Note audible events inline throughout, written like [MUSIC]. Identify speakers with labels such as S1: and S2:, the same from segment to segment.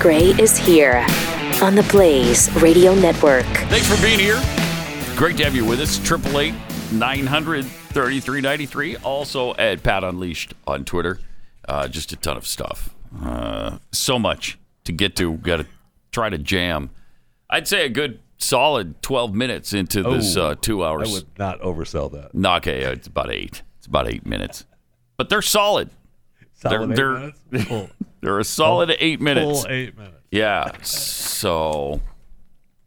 S1: Gray is here on the Blaze Radio Network.
S2: Thanks for being here. Great to have you with us. 888 900 3393. Also at Pat Unleashed on Twitter. Uh, just a ton of stuff. Uh, so much to get to. Got to try to jam. I'd say a good solid 12 minutes into this
S3: Oh,
S2: uh, two
S3: I
S2: hours.
S3: would not oversell that.
S2: No, okay, uh, it's about eight. It's about eight minutes. But they're solid.
S3: Solid eight
S2: they're-
S3: minutes? Full,
S2: They're a solid eight minutes.
S3: full eight minutes.
S2: Yeah. So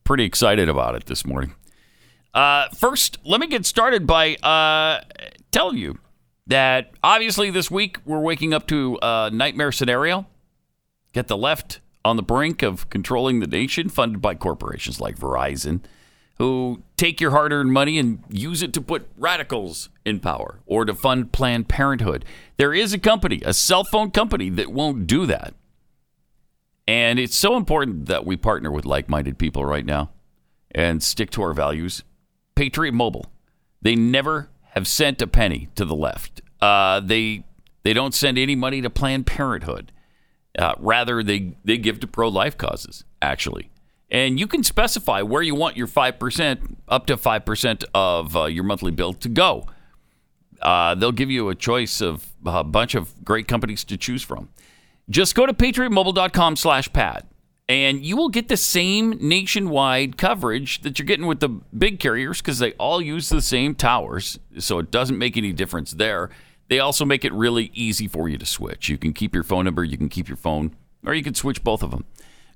S2: pretty excited about it this morning. Uh, first, let me get started by uh, telling you that obviously this week we're waking up to a nightmare scenario. Get the left on the brink of controlling the nation, funded by corporations like Verizon, who take your hard earned money and use it to put radicals in power or to fund Planned Parenthood. There is a company, a cell phone company, that won't do that. And it's so important that we partner with like minded people right now and stick to our values. Patriot Mobile, they never have sent a penny to the left. Uh, they, they don't send any money to Planned Parenthood. Uh, rather, they, they give to pro life causes, actually. And you can specify where you want your 5%, up to 5% of uh, your monthly bill to go. Uh, they'll give you a choice of a bunch of great companies to choose from just go to patriotmobile.com slash pat and you will get the same nationwide coverage that you're getting with the big carriers because they all use the same towers so it doesn't make any difference there they also make it really easy for you to switch you can keep your phone number you can keep your phone or you can switch both of them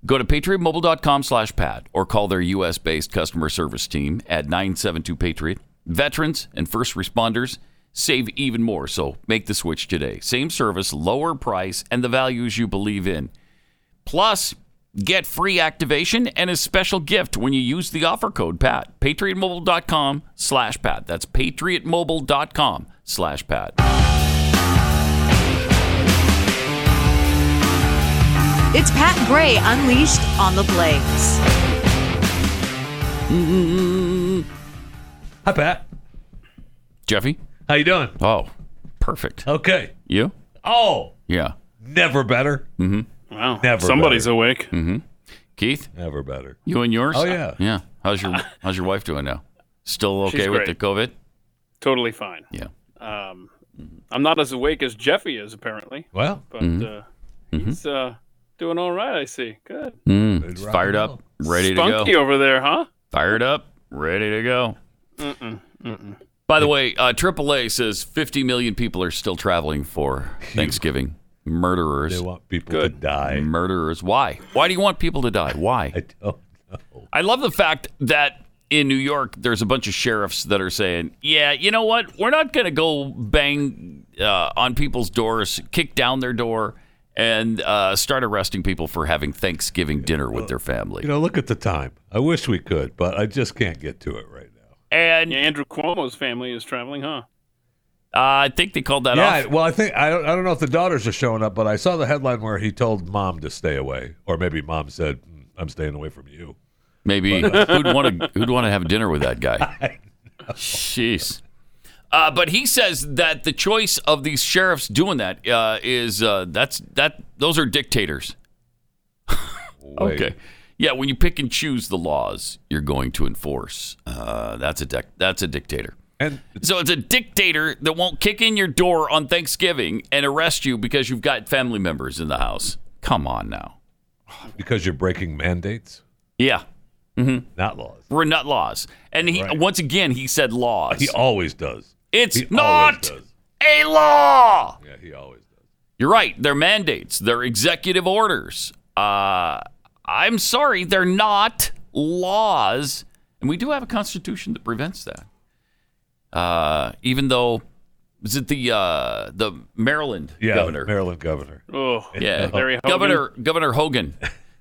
S2: go to patriotmobile.com slash pat or call their us-based customer service team at 972 patriot veterans and first responders Save even more, so make the switch today. Same service, lower price, and the values you believe in. Plus, get free activation and a special gift when you use the offer code PAT. PatriotMobile.com slash PAT. That's PatriotMobile.com slash PAT.
S4: It's Pat Gray unleashed on the Blaze.
S3: Hi, Pat.
S2: Jeffy?
S3: How you doing?
S2: Oh, perfect.
S3: Okay.
S2: You?
S3: Oh,
S2: Yeah.
S3: never better.
S2: Mm-hmm.
S5: Wow.
S3: Never
S5: Somebody's awake.
S2: Hmm. Keith?
S3: Never better.
S2: You and yours?
S3: Oh, yeah.
S2: Yeah. How's your, how's your wife doing now? Still
S5: She's
S2: okay with the
S5: great.
S2: COVID?
S5: Totally fine.
S2: Yeah.
S5: Um, I'm not as awake as Jeffy is apparently,
S3: Well,
S5: but
S2: Mm-hmm.
S5: uh, he's uh, doing all right. I see. Good.
S2: Mm,
S3: Ready to rock
S2: fired
S3: and
S2: up, ready to go.
S5: Spunky over there, huh?
S2: fired up, ready to go. By the way, uh, AAA says 50 million people are still traveling for Thanksgiving.
S3: they
S2: Murderers.
S3: want people to
S5: Good.
S2: Mm.
S3: die.
S2: Murderers. Why? Why do you want people to die? Why?
S3: I don't know.
S2: I love the fact that in New York, there's a bunch of sheriffs that are saying, yeah, you know what? We're not going to go bang uh, on people's doors, kick down their door, and uh, start arresting people for having Thanksgiving dinner with their
S3: You
S2: family.
S3: know, look at the time. I wish we could, but I just can't get to it right now.
S2: And
S5: Yeah,
S2: uh,
S5: Andrew Cuomo's family is traveling, huh?
S2: I think they called that
S3: yeah,
S2: off.
S3: I- well, I think I don't. I don't know if the daughters are showing up, but I saw the headline where he told mom to stay away, or maybe mom said, "Mm, "I'm staying away from you."
S2: Maybe [LAUGHS] who'd want to who'd want to have dinner with that guy? Jeez. Uh, but he says that the choice of these sheriffs doing that uh, is uh, that's that those are dictators. [LAUGHS]
S3: Wait.
S2: Okay. Yeah, when you pick and choose the laws you're going to enforce, uh, that's a dic- that's a dictator.
S3: And
S2: So it's a dictator that won't kick in your door on Thanksgiving and arrest you because you've got family members in the house. Come on now.
S3: because you're breaking mandates,
S2: Yeah,
S3: not laws.
S2: we're not laws. And he once again he said laws.
S3: He always does.
S2: It's
S3: He
S2: not
S3: Always does.
S2: a law.
S3: Yeah, he always does.
S2: You're right. They're mandates. They're executive orders. Uh, I'm sorry, they're not laws, and we do have a constitution that prevents that. Uh, even though, is it the uh, the Maryland
S3: Yeah,
S2: governor?
S3: Maryland governor.
S5: Oh,
S2: yeah,
S5: Larry Hogan.
S2: Governor Governor Hogan,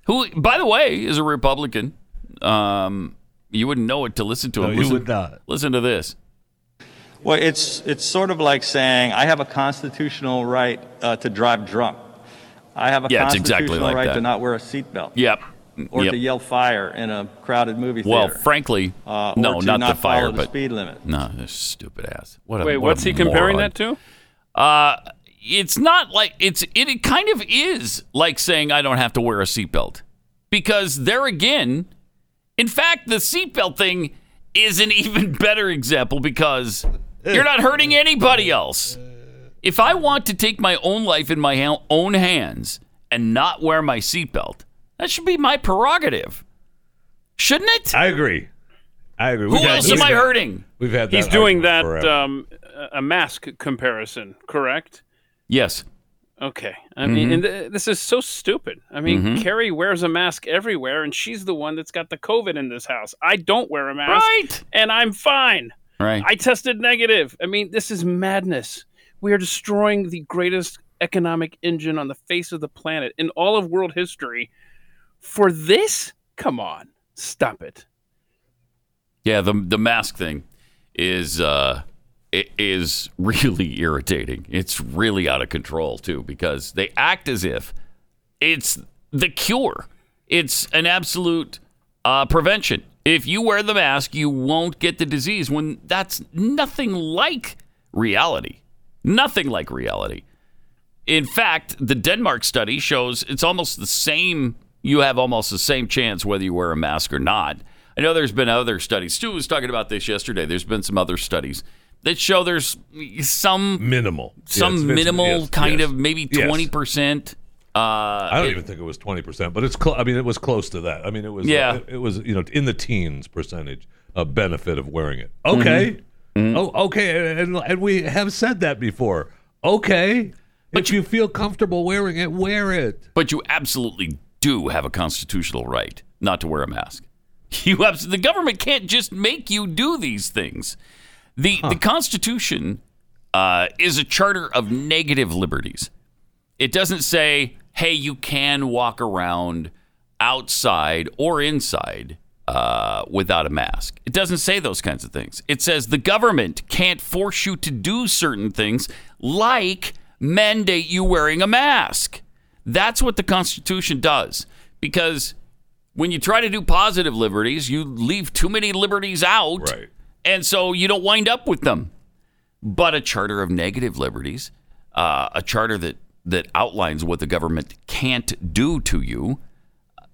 S2: who, by the way, is a Republican. Um, you wouldn't know it to listen to him.
S3: you
S2: listen,
S3: would not.
S2: Listen to this.
S6: Well, it's, it's sort of like saying, I have a constitutional right uh, to drive drunk. I have a
S2: Yeah, it's
S6: constitutional
S2: exactly like
S6: right
S2: that.
S6: to not wear a seatbelt.
S2: Yep.
S6: Or
S2: Yep.
S6: to yell fire in a crowded movie
S2: Well,
S6: theater.
S2: frankly,
S6: uh,
S2: no,
S6: or to
S2: not, the fire,
S6: follow the
S2: but
S6: speed limit.
S2: no, this stupid ass. What a
S5: Wait,
S2: what
S5: what's
S2: a
S5: he comparing
S2: moron.
S5: that to?
S2: Uh, it's not like it's it, it kind of is like saying I don't have to wear a seatbelt because there again, in fact, the seatbelt thing is an [LAUGHS] even better example because you're not hurting anybody else. If I want to take my own life in my ha- own hands and not wear my seatbelt, that should be my prerogative, shouldn't it?
S3: I agree. I agree.
S2: Who else am I hurting?
S3: We've had that
S5: He's
S3: argument
S5: doing that
S3: forever.
S2: uh,
S5: um, a mask comparison, correct?
S2: Yes.
S5: Okay. I mean,
S2: Mm-hmm.
S5: and th- this is so stupid. I mean, Carrie wears a mask everywhere, and she's the one that's got the COVID in this house. I don't wear a mask,
S2: Right.
S5: and I'm fine.
S2: Right.
S5: I tested negative. I mean, this is madness. We are destroying the greatest economic engine on the face of the planet in all of world history. For this? Come on. Stop it.
S2: Yeah, the the mask thing is uh i- is [LAUGHS] really irritating. It's really out of control too because they act as if it's the cure. It's an absolute uh, prevention. If you wear the mask, you won't get the disease when that's nothing like reality. Nothing like reality. In fact, the Denmark study shows it's almost the same. You have almost the same chance whether you wear a mask or not. I know there's been other studies. Stu was talking about this yesterday. There's been some other studies that show there's some
S3: minimal,
S2: some
S3: Yes, it's-
S2: minimal
S3: yes,
S2: kind
S3: yes.
S2: of maybe
S3: Yes.
S2: twenty percent. Uh,
S3: I don't even think it was twenty percent, but it's. Cl- I mean, it was close to that. I mean, it was. uh,
S2: Yeah.
S3: It, it was you know in the teens percentage a benefit of wearing it. Okay.
S2: Mm-hmm.
S3: Oh, okay, and, and and we have said that before. Okay. But if you feel comfortable wearing it, wear it.
S2: But you absolutely do have a constitutional right not to wear a mask. [LAUGHS] You abs- the government can't just make you do these things. The the Constitution uh, is a charter of negative liberties. It doesn't say, "Hey, you can walk around outside or inside uh, without a mask." It doesn't say those kinds of things. It says the government can't force you to do certain things, like mandate you wearing a mask. That's what the Constitution does. Because when you try to do positive liberties, you leave too many liberties out.
S3: Right.
S2: And so you don't wind up with them. But a charter of negative liberties, uh, a charter that, that outlines what the government can't do to you,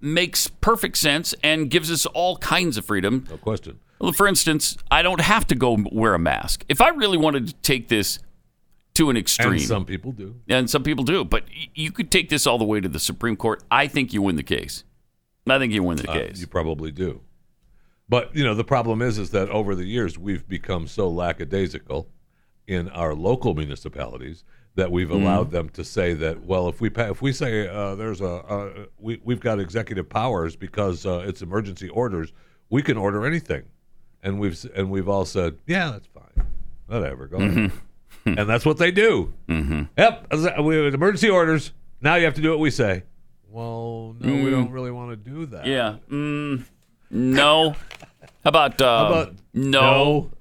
S2: makes perfect sense and gives us all kinds of freedom
S3: No question.
S2: well, for instance, I don't have to go wear a mask. If I really wanted to take this to an extreme,
S3: And some people do.
S2: and some people do, but y- you could take this all the way to the Supreme Court. I think you win the case. I think you win the
S3: Uh,
S2: case.
S3: You probably do. But you know the problem is is that over the years we've become so lackadaisical in our local municipalities that we've allowed them to say that well if we pa- if we say uh, there's a uh, we we've got executive powers because uh, it's emergency orders we can order anything and we've s- and we've all said yeah that's fine whatever go ahead and that's what they do mm-hmm. yep as- we have emergency orders now you have to do what we say well no we don't really want to do that
S2: yeah. Mm, no. How about, uh,
S3: about
S2: no?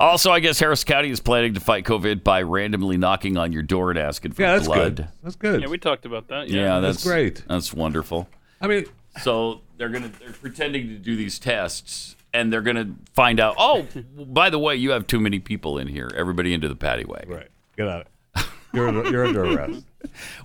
S2: Also, I guess Harris County is planning to fight COVID by randomly knocking on your door and asking for
S3: Yeah, that's
S2: blood.
S3: good. That's good.
S5: Yeah, we talked about that.
S2: Yeah,
S5: Yeah.
S2: that's,
S3: That's great.
S2: That's wonderful.
S3: I mean,
S2: So they're gonna they're pretending to do these tests, and they're gonna find out. Oh, by the way, you have too many people in here. Everybody into the paddy wagon.
S3: right. Get out.
S2: [LAUGHS]
S3: You're under, you're under arrest.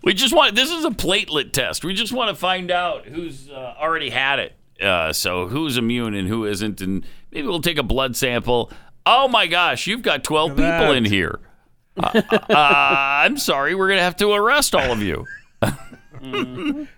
S2: We just want this is a platelet test. We just want to find out who's uh, already had it. Uh, so who's immune and who isn't, and maybe we'll take a blood sample. Oh my gosh, you've got twelve
S3: Look at
S2: people in
S3: that.
S2: here. Uh, uh, I'm sorry, we're gonna have to arrest all of you.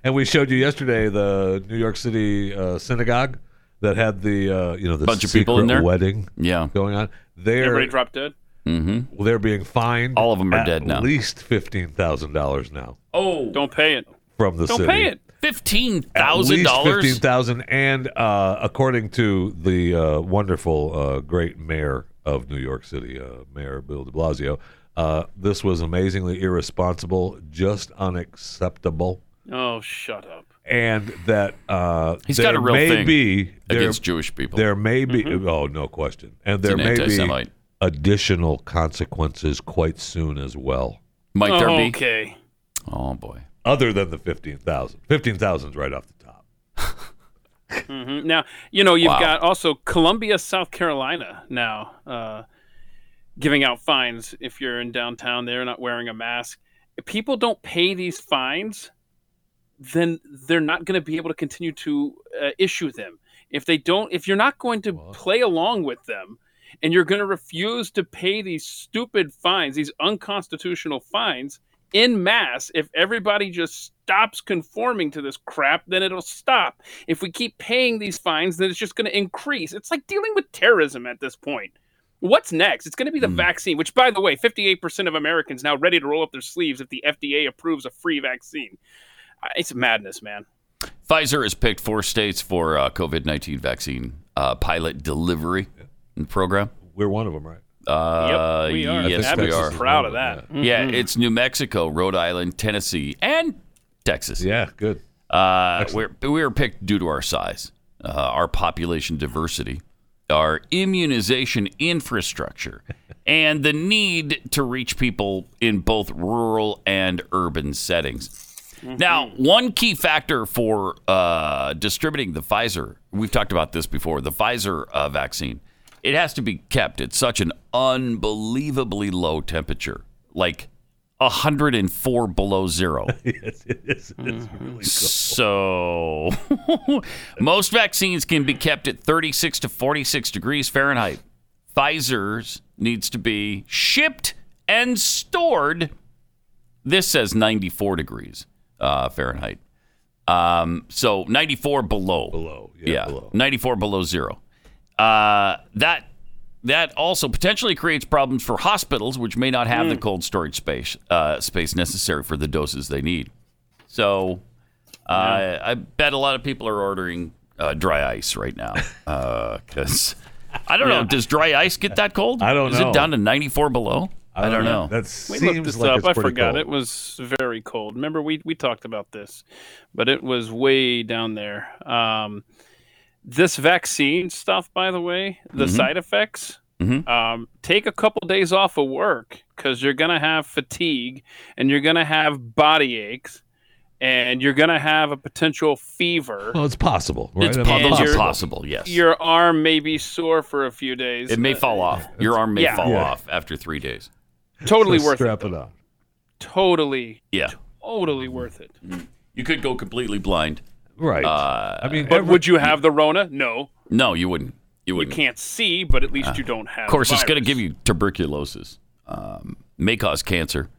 S3: And we showed you yesterday the New York City uh, synagogue that had the uh, you know the
S2: Bunch of
S3: secret
S2: people in there?
S3: wedding
S2: Yeah.
S3: going on. They're
S5: Everybody dropped dead.
S3: they're being fined.
S2: All of 'em are
S3: at
S2: dead now.
S3: At least fifteen thousand dollars now
S2: Oh,
S5: Don't pay it.
S3: from the
S5: Don't
S3: city.
S5: pay it.
S2: fifteen
S3: At
S2: thousand
S3: least
S2: dollars.
S3: Fifteen thousand, and uh, according to the uh, wonderful, uh, great mayor of New York City, uh, Mayor Bill De Blasio, uh, this was amazingly irresponsible, just unacceptable,
S5: Oh, shut up.
S3: and that uh,
S2: He's
S3: there
S2: got a real
S3: may
S2: thing
S3: be there-
S2: against Jewish people. Mm-hmm.
S3: There may be, oh no question, and there
S2: an
S3: may
S2: anti-Semite.
S3: be additional consequences quite soon as well,
S2: Might there be?
S5: okay.
S2: Oh boy.
S3: other than the fifteen thousand. Fifteen thousand is right off the top.
S5: Mm-hmm. Now, you know, you've
S2: Wow.
S5: got also Columbia, South Carolina now. Uh, giving out fines if you're in downtown there not wearing a mask. If people don't pay these fines, then they're not going to be able to continue to uh, issue them. If they don't, if you're not going to play along with them, and you're going to refuse to pay these stupid fines, these unconstitutional fines in mass, if everybody just stops conforming to this crap, then it'll stop. If we keep paying these fines, then it's just going to increase. It's like dealing with terrorism at this point. What's next? It's going to be the
S2: Hmm.
S5: vaccine, which, by the way, 58% of Americans now ready to roll up their sleeves if the FDA approves a free vaccine. Uh, It's madness, man.
S2: Pfizer has picked four states for uh, COVID 19 vaccine uh, pilot delivery program.
S3: We're one of them, right?
S2: Uh,
S5: yep, we are.
S2: yes,
S5: That's
S2: we
S5: just
S2: are.
S5: Proud of that.
S2: Yeah, it's New Mexico, Rhode Island, Tennessee, and Texas.
S3: Yeah, good. [LAUGHS]
S2: Uh, we're, we were picked due to our size, uh, our population diversity, our immunization infrastructure, and the need to reach people in both rural and urban settings. Now, one key factor for uh, distributing the Pfizer, we've talked about this before, the Pfizer uh, vaccine, it has to be kept at such an unbelievably low temperature, like 104 below zero.
S3: Yes, it is. It's really cool.
S2: So, [LAUGHS] most vaccines can be kept at 36 to 46 degrees Fahrenheit. Pfizer's needs to be shipped and stored. This says 94 degrees uh, Fahrenheit. Um, so 94 below.
S3: Below, yeah,
S2: Yeah.
S3: below.
S2: 94 below zero. Uh, that that also potentially creates problems for hospitals, which may not have the cold storage space uh, space necessary for the doses they need. So uh, I bet a lot of people are ordering uh, dry ice right now because I don't know. Does dry ice get that cold?
S3: I don't
S2: Is
S3: know.
S2: it down to 94 below? I don't, know.
S3: That
S5: We
S3: seems
S5: looked this
S3: like
S5: up.
S3: it's
S5: I
S3: pretty
S5: forgot.
S3: cool.
S5: It was very cold. Remember, we we talked about this, but it was way down there. Um, this vaccine stuff, by the way, the
S3: Mm-hmm.
S5: side effects.
S2: Mhm.
S5: Um, take a couple days off of work because you're gonna have fatigue and you're gonna have body aches and you're gonna have a potential fever.
S3: Well, it's possible. Right?
S2: It's
S3: I mean,
S2: po- those are
S5: you're-
S2: possible. Yes.
S5: Your arm may be sore for a few days.
S2: It may
S5: Uh,
S2: fall off. Your arm may
S5: Yeah.
S2: fall
S3: Yeah.
S2: off after three days.
S5: Totally
S3: So
S5: worth it.
S3: strap it on.
S5: Totally,
S2: Yeah.
S5: totally worth it.
S2: You could go completely blind.
S3: Right. I mean,
S5: But would you
S3: Mm.
S5: have the Rona? No.
S2: No, you wouldn't. You
S5: you
S2: wouldn't. Ah.
S5: can't see, but at least you don't have.
S2: of course, it's going to
S5: virus.
S2: give you tuberculosis, um, may cause cancer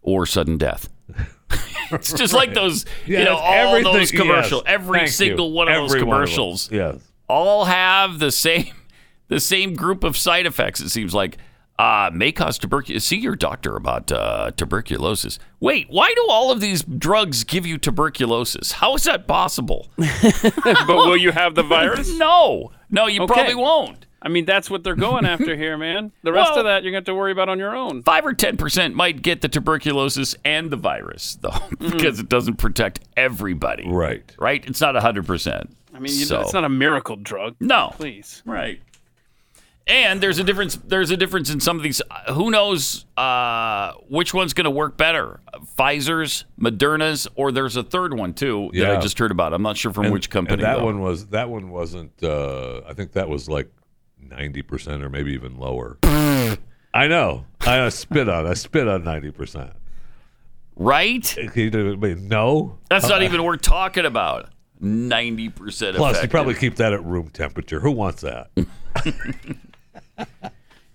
S2: or sudden death. [LAUGHS] it's just like those,
S3: Yeah,
S2: you know,
S3: it's
S2: all
S3: everything-
S2: those commercials,
S3: yes,
S2: every
S3: thank you.
S2: single one of those
S3: Every one of them.
S2: commercials,
S3: Yes.
S2: all have the same, [LAUGHS] the same group of side effects. It seems like uh, may cause tuberculosis. See your doctor about uh, tuberculosis. Wait, why do all of these drugs give you tuberculosis? How is that possible?
S5: but
S2: [LAUGHS]
S5: will you have the virus?
S2: no, no, you
S5: Okay.
S2: probably won't.
S5: I mean, that's what they're going after here, man. The rest
S2: Well-
S5: of that you're going to have to worry about on your own.
S2: five or ten percent might get the tuberculosis and the virus though [LAUGHS] because it doesn't protect everybody
S3: Hmm. Right.
S2: right it's not 100%
S5: I mean, you,
S2: So-
S5: it's not a miracle drug.
S2: no
S5: Please.
S2: right and there's a difference there's a difference in some of these who knows uh, which one's going to work better pfizer's moderna's or there's a third one too that
S3: Yeah.
S2: i just heard about i'm not sure from
S3: And-
S2: which company
S3: And that
S2: though.
S3: one was that one wasn't. Uh, I think that was like ninety percent or maybe even lower. I know. I uh, spit on. I spit on ninety percent.
S2: right
S3: No.
S2: that's
S3: [LAUGHS]
S2: not even worth talking about 90%
S3: Plus, you
S2: effective.
S3: probably keep that at room temperature. Who wants that?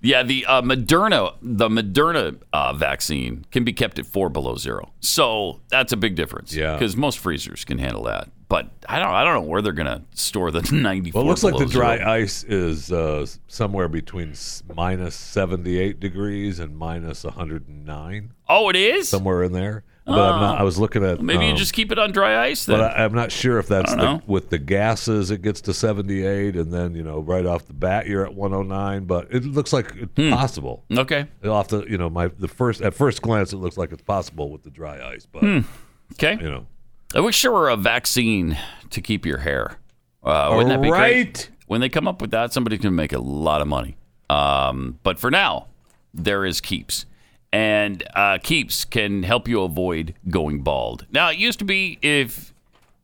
S2: Yeah, the uh, Moderna, the Moderna uh, vaccine can be kept at four below zero, so that's a big difference.
S3: Yeah.
S2: because most freezers can handle that, but I don't, I don't know where they're gonna store the [LAUGHS] ninety four.
S3: Well, it looks like the dry
S2: zero.
S3: ice is uh, somewhere between s- minus seventy-eight degrees and minus one hundred and nine,
S2: Oh, it is.
S3: somewhere in there. But I'm not, I was looking at
S2: Maybe you
S3: um,
S2: just keep it on dry ice then.
S3: But I, I'm not sure if that's
S2: I
S3: the,
S2: don't
S3: with the gases it gets to 78, and then you know right off the bat you're at 109. But it looks like it's
S2: Hmm.
S3: possible.
S2: okay,
S3: Off the you know my the first at first glance it looks like it's possible with the dry ice, but
S2: Hmm. okay.
S3: you know
S2: I wish there were a vaccine to keep your hair. Uh, wouldn't that be
S3: Right.
S2: great? When they come up with that, somebody's going to make a lot of money. Um, but for now, there is Keeps. And uh, Keeps can help you avoid going bald. Now, it used to be if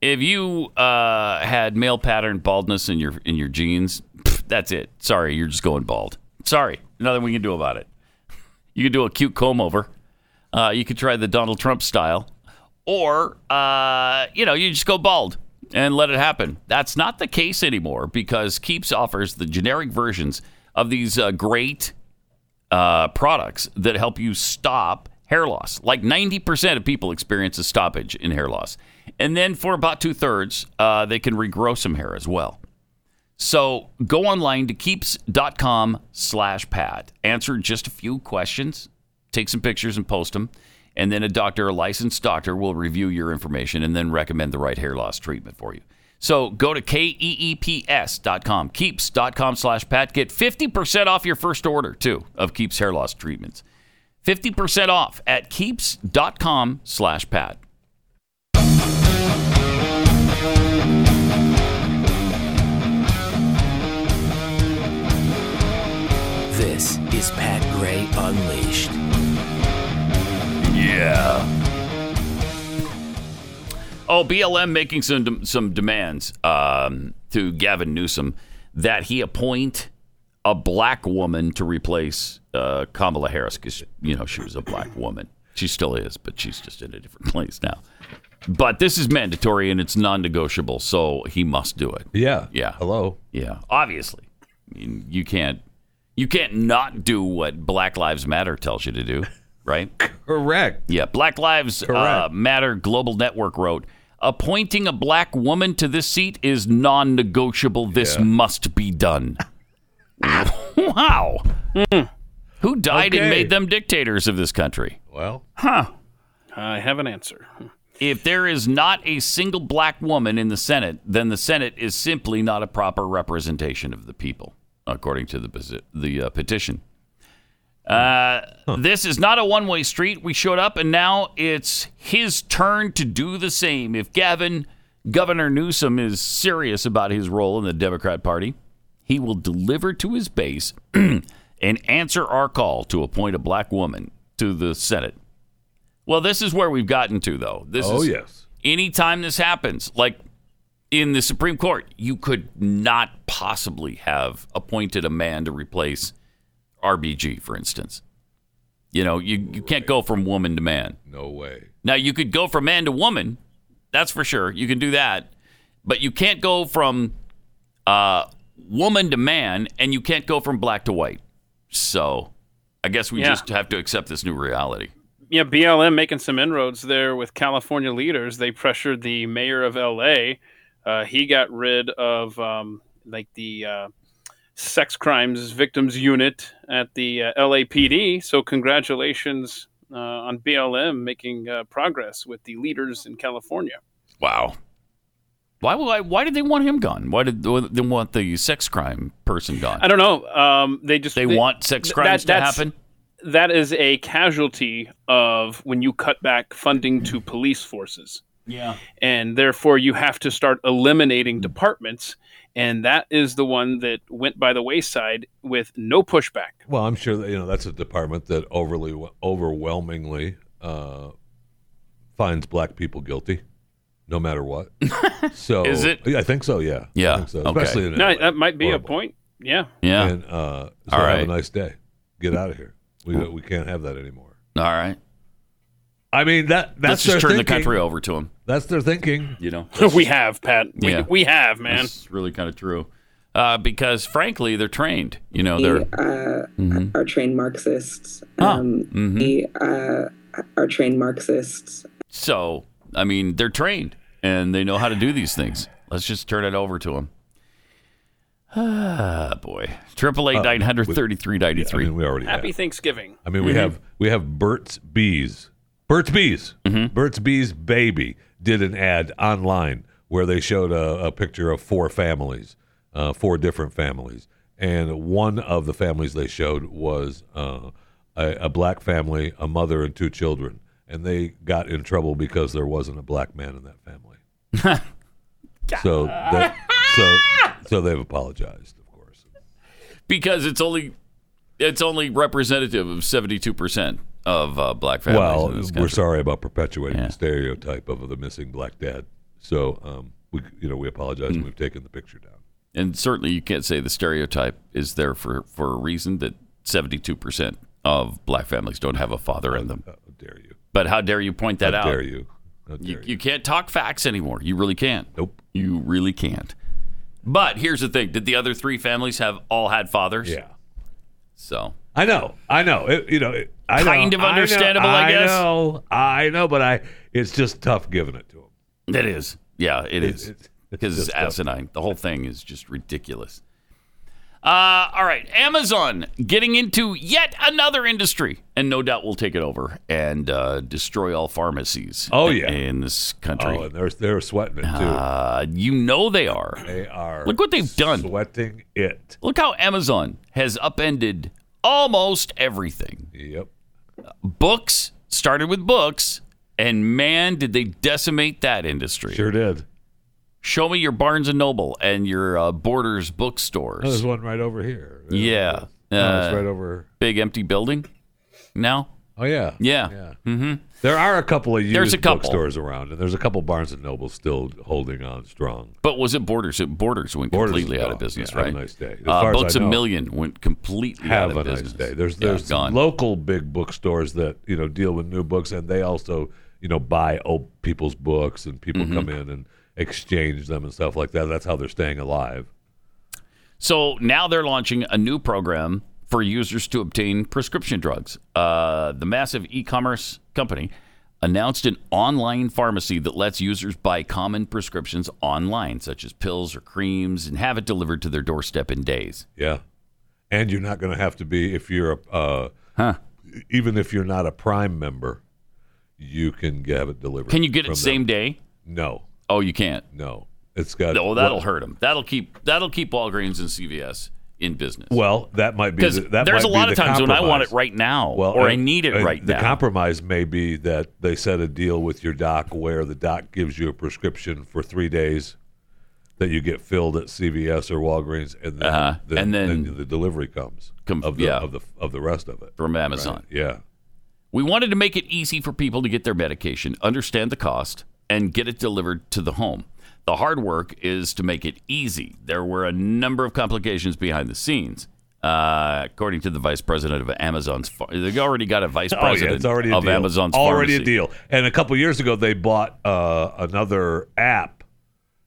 S2: if you uh, had male pattern baldness in your in your genes, pff, that's it. Sorry, you're just going bald. Sorry, nothing we can do about it. You could do a cute comb over. Uh, you could try the Donald Trump style, or uh, you know, you just go bald and let it happen. That's not the case anymore because Keeps offers the generic versions of these uh, great uh, products that help you stop hair loss. Like 90% of people experience a stoppage in hair loss. And then for about two thirds, uh, they can regrow some hair as well. So go online to keeps.com slash Pat. Answer just a few questions, take some pictures and post them. And then a doctor, a licensed doctor, will review your information and then recommend the right hair loss treatment for you. So go to E keeps.com, keeps.com slash Pat. Get 50% off your first order, too, of Keeps hair loss treatments. 50% off at keeps.com slash Pat.
S7: This is Pat Gray Unleashed.
S2: Yeah. Oh, BLM making some some demands um, to Gavin Newsom that he appoint a black woman to replace uh, Kamala Harris because you know she was a black woman. She still is, but she's just in a different [LAUGHS] place now. But this is mandatory and it's non-negotiable, so he must do it.
S3: Yeah.
S2: Yeah.
S3: Hello.
S2: Yeah, obviously. I mean, you can't you can't not do what Black Lives Matter tells you to do, right?
S3: Correct.
S2: Yeah, Black Lives uh,
S3: Correct.
S2: Matter Global Network wrote appointing a black woman to this seat is non negotiable. This
S3: Yeah.
S2: must be done. [LAUGHS] wow. Who died
S3: Hmm. Okay.
S2: and made them dictators of this country?
S3: Well,
S5: I have an answer.
S2: If there is not a single black woman in the Senate, then the Senate is simply not a proper representation of the people, according to the, posi- the uh, petition. Uh, This is not a one way street. We showed up, and now it's his turn to do the same. If Gavin, Governor Newsom, is serious about his role in the Democrat Party, he will deliver to his base [CLEARS THROAT] and answer our call to appoint a black woman to the Senate. Well, this is where we've gotten to, though. This
S3: oh
S2: is
S3: yes.
S2: anytime this happens, like in the Supreme Court, you could not possibly have appointed a man to replace RBG, for instance. You know, you, you can't go from woman to man.
S3: No way.
S2: Now, you could go from man to woman. That's for sure. You can do that. But you can't go from uh, woman to man, and you can't go from black to white. So I guess we
S5: Yeah.
S2: just have to accept this new reality.
S5: Yeah, BLM making some inroads there with California leaders. They pressured the mayor of LA. Uh, he got rid of um, like the uh, sex crimes victims unit at the uh, LAPD. So congratulations uh, on BLM making uh, progress with the leaders in California.
S2: Wow. Why, why, why did they want him gone? Why did they want the sex crime person gone?
S5: I don't know. Um, they just
S2: They want sex
S5: th-
S2: crimes to
S5: that- that's-
S2: happen?
S5: That is a casualty of when you cut back funding to police forces.
S2: Yeah.
S5: and therefore you have to start eliminating departments and that is the one that went by the wayside with no pushback
S3: Well, I'm sure that you know that's a department that overly overwhelmingly uh, finds black people guilty, no matter
S2: [LAUGHS]
S3: what. So
S2: Is it?
S3: Yeah, I think so. Yeah.
S2: Yeah,
S3: I think so.
S2: okay.
S3: Especially in
S5: no
S3: LA.
S5: that might be
S3: Horrible.
S5: a point
S2: [LAUGHS]
S5: yeah
S2: Yeah.
S3: And uh, so
S2: All
S3: have
S2: right.
S3: a nice day. Get out of here. We we can't have that anymore.
S2: All right.
S3: I mean that
S2: Let's
S3: that's
S2: just
S3: their
S2: turn the
S3: thinking.
S2: country over to him,
S3: That's their thinking.
S2: you know?
S5: we have pat we,
S2: Yeah.
S5: we have man
S2: That's really kind of true. Uh, because frankly, they're trained. You know, they're.
S8: uh, are trained Marxists.
S2: Ah,
S8: Um, We uh, are trained Marxists.
S2: So, I mean, they're trained and they know how to do these things. Let's just turn it over to them. [SIGHS] Ah, boy. Triple eight nine hundred thirty three ninety
S3: Uh, I
S2: three.
S3: mean, we already have.
S5: happy thanksgiving
S3: I mean, we have we have Burt's Bees. Burt's Bees. Burt's Bees baby did an ad online where they showed a, a picture of four families, uh, four different families, and one of the families they showed was uh, a, a black family, a mother and two children, and they got in trouble because there wasn't a black man in that family. so that, so so they've apologized, of course.
S2: Because it's only it's only representative of seventy two percent of uh, black families. in
S3: Well,
S2: this
S3: we're
S2: country.
S3: sorry about perpetuating
S2: Yeah.
S3: the stereotype of the missing black dad. So, um, we you know we apologize.
S2: Hmm.
S3: and We've taken the picture down.
S2: and certainly you can't say the stereotype is there for, for a reason that 72% of black families don't have a father in them.
S3: How dare you?
S2: But how dare you point that
S3: How
S2: out?
S3: dare you? How dare
S2: You, you can't talk facts anymore. You really can't.
S3: Nope.
S2: You really can't. But here's the thing: Did the other three families have all had fathers?
S3: Yeah.
S2: So
S3: I know. I know. It, you know. It, I know,
S2: Kind of
S3: I know,
S2: understandable, I guess.
S3: I know. I know. But I. It's just tough giving it to him.
S2: it is. Yeah, it is.
S3: it's- it's
S2: Because it's,
S3: just uh,
S2: asinine. The whole thing is just ridiculous. Uh, all right. Amazon getting into yet another industry, and no doubt will take it over and uh, destroy all pharmacies.
S3: Oh,
S2: in-
S3: yeah.
S2: in this country.
S3: Oh, and they're they're sweating it too.
S2: uh, you know they are.
S3: they are.
S2: look what they've done.
S3: Sweating it.
S2: Look how Amazon has upended almost everything.
S3: Yep.
S2: books started with books and man did they decimate that industry
S3: Sure did.
S2: show me your barnes and noble and your uh, borders
S3: Oh, there's
S2: bookstores
S3: one right over here.
S2: Yeah.
S3: No, it's
S2: Uh,
S3: right over.
S2: big empty building now
S3: Oh yeah.
S2: yeah,
S3: Yeah.
S2: hmm
S3: There are a couple of used
S2: There's a couple.
S3: bookstores around, and there's a couple Barnes and Noble still holding on strong.
S2: but was it borders it borders went
S3: Borders
S2: completely
S3: is
S2: out of
S3: gone.
S2: business
S3: Yeah, have
S2: right
S3: a nice day. As
S2: uh,
S3: far as I
S2: books a
S3: know.
S2: million went completely
S3: Have
S2: out
S3: a
S2: of
S3: nice
S2: business
S3: day. There's
S2: Yeah,
S3: there's
S2: gone.
S3: local big bookstores that you know deal with new books, and they also you know buy old people's books, and people
S2: Mm-hmm.
S3: come in and exchange them and stuff like that. That's how they're staying alive.
S2: So now they're launching a new program for users to obtain prescription drugs. Uh, the massive e commerce company announced an online pharmacy that lets users buy common prescriptions online, such as pills or creams, and have it delivered to their doorstep in days.
S3: Yeah, and you're not going to have to be if you're a uh,
S2: Huh.
S3: even if you're not a Prime member, you can have it delivered.
S2: Can you get
S3: from
S2: it same
S3: them.
S2: day?
S3: No,
S2: Oh, you can't.
S3: no, it's got.
S2: No, that'll
S3: well,
S2: hurt them. That'll keep that'll keep Walgreens and CVS in business.
S3: Well, that might be
S2: because
S3: the, that
S2: there's
S3: might
S2: a
S3: be
S2: lot of
S3: the
S2: times when I want it
S3: compromise.
S2: right now,
S3: Well,
S2: or I
S3: and-
S2: need it
S3: and
S2: right
S3: the
S2: now.
S3: compromise may be that they set a deal with your doc where the doc gives you a prescription for three days that you get filled at CVS or Walgreens, and then
S2: Uh-huh.
S3: the,
S2: And then-
S3: the delivery comes
S2: Com-
S3: of the
S2: yeah.
S3: of the of the rest of it.
S2: from Amazon.
S3: Yeah,
S2: We wanted to make it easy for people to get their medication, understand the cost, and get it delivered to the home. The hard work is to make it easy. There were a number of complications behind the scenes. Uh, according to the vice president of Amazon's, ph- they already got a vice
S3: [LAUGHS] oh
S2: president
S3: yeah, it's already a
S2: of
S3: deal.
S2: Amazon's
S3: already
S2: pharmacy.
S3: a deal. And a couple years ago, they bought uh, another app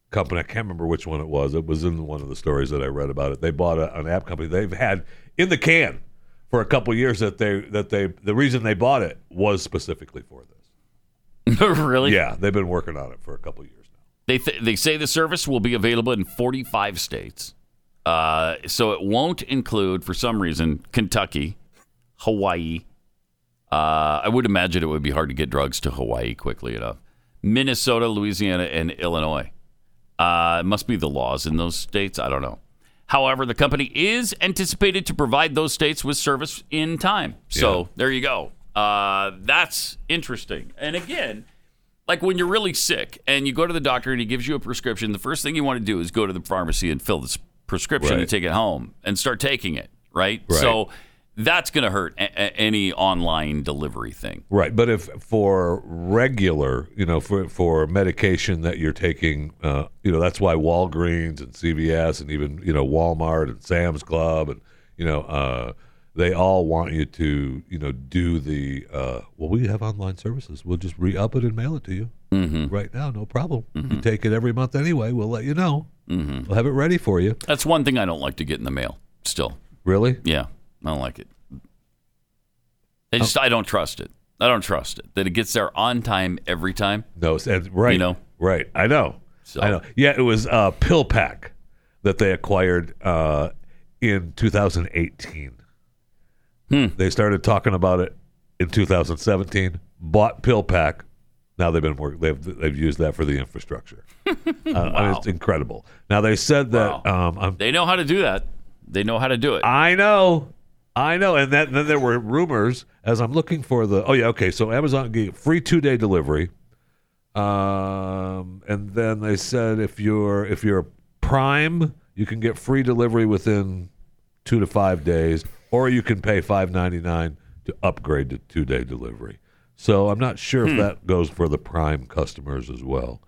S3: company. I can't remember which one it was. It was in one of the stories that I read about it. They bought a, an app company they've had in the can for a couple years that they that they the reason they bought it was specifically for this.
S2: [LAUGHS] really?
S3: Yeah, they've been working on it for a couple years now.
S2: They th- they say the service will be available in 45 states. Uh, so it won't include, for some reason, Kentucky, Hawaii. Uh, I would imagine it would be hard to get drugs to Hawaii quickly enough. Minnesota, Louisiana, and Illinois. Uh, it must be the laws in those states. I don't know. However, the company is anticipated to provide those states with service in time. So there you go. Uh, that's interesting. And again, like when you're really sick and you go to the doctor and he gives you a prescription, the first thing you want to do is go to the pharmacy and fill this prescription and
S3: Right.
S2: take it home and start taking it, right?
S3: Right.
S2: So that's going to hurt a- a- any online delivery thing.
S3: Right, but if for regular, you know, for for medication that you're taking, uh, you know, that's why Walgreens and CVS and even you know Walmart and Sam's Club and you know uh, they all want you to you know do the uh, well, we have online services. We'll just re up it and mail it to you right now, no problem. You take it every month anyway. We'll let you know. Mm-hmm. We'll have it ready for you.
S2: That's one thing I don't like to get in the mail still.
S3: Really?
S2: Yeah, I don't like it. I
S3: Oh.
S2: just I don't trust it. I don't trust it that it gets there on time every time.
S3: No, it's- and- right.
S2: You know?
S3: right. I know. I know. Yeah, it was uh, Pill Pack that they acquired uh, in 2018.
S2: Hmm.
S3: They started talking about it in 2017. Bought Pill Pack. Now they've been working. They've they've used that for
S2: [LAUGHS]
S3: the infrastructure. Uh, I mean, it's incredible. Now they said that. Um, I'm,
S2: They know how to do that. They know how to do it.
S3: I know. I know. And that, then there were rumors as I'm looking for the. Oh, yeah. Okay. So Amazon gave free two day delivery. Um, and then they said if you're if you're Prime, you can get free delivery within two to five days, or you can pay five ninety nine to upgrade to two day delivery. So I'm not sure if that goes for the Prime customers as well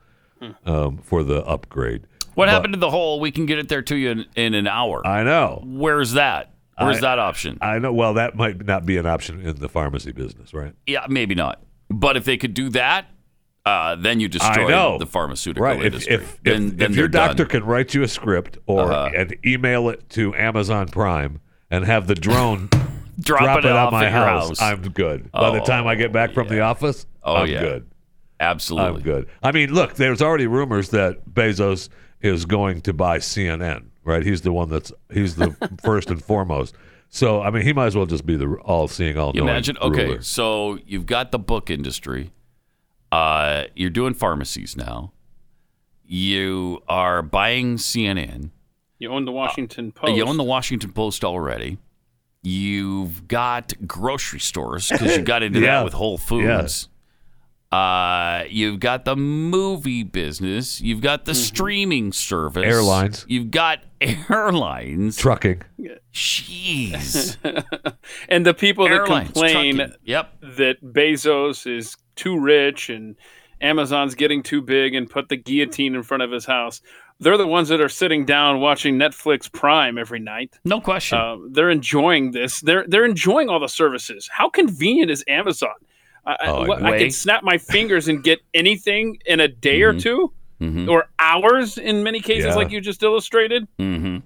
S3: um, for the upgrade.
S2: what happened to the whole? We can get it there to you in, in an hour.
S3: I know.
S2: Where's that? Where's
S3: I-
S2: that option?
S3: I know. Well, that might not be an option in the pharmacy business, right?
S2: yeah, maybe not. But if they could do that, uh, then you destroy
S3: I know
S2: the pharmaceutical
S3: right. If-
S2: industry.
S3: If, if,
S2: then,
S3: if
S2: then they're
S3: your doctor
S2: done. Uh-huh.
S3: can write you a script or and email it to Amazon Prime and have the drone
S2: [LAUGHS] drop, it,
S3: on
S2: off
S3: my
S2: at your
S3: house,
S2: house,
S3: I'm good. By the time I get back from the office,
S2: Oh,
S3: I'm
S2: yeah.
S3: good.
S2: absolutely
S3: I'm good. I mean, look, there's already rumors that Bezos is going to buy CNN. Right? He's the one that's he's
S2: [LAUGHS]
S3: the first and foremost. So I mean, he might as well just be the all-seeing,
S2: You
S3: all-knowing.
S2: imagine? Okay,
S3: ruler.
S2: so you've got the book industry. Uh, you're doing pharmacies now. You are buying CNN.
S5: You own the Washington Post.
S2: Uh, You own the Washington Post already. You've got grocery stores because you got
S3: [LAUGHS]
S2: into
S3: Yeah.
S2: that with Whole Foods. Uh, you've got the movie business. You've got the streaming service.
S3: Mm-hmm. Airlines.
S2: You've got [LAUGHS] airlines. [LAUGHS]
S3: trucking. [LAUGHS]
S2: Jeez.
S5: [LAUGHS] and the people that
S2: airlines.
S5: complain
S2: trucking. Yep.
S5: that Bezos is too rich and Amazon's getting too big and put the guillotine in front of his house. They're the ones that are sitting down watching Netflix Prime every night.
S2: No question. [LAUGHS]
S5: Uh, they're enjoying this. They're they're enjoying all the services. How convenient is Amazon? I, I-
S3: Oh, I
S5: what- I,
S2: know.
S5: can snap my fingers and
S3: [LAUGHS]
S5: get anything in a day or 2 or hours in many cases,
S3: Mm-hmm. Yeah.
S5: like you just illustrated.
S2: mm-hmm.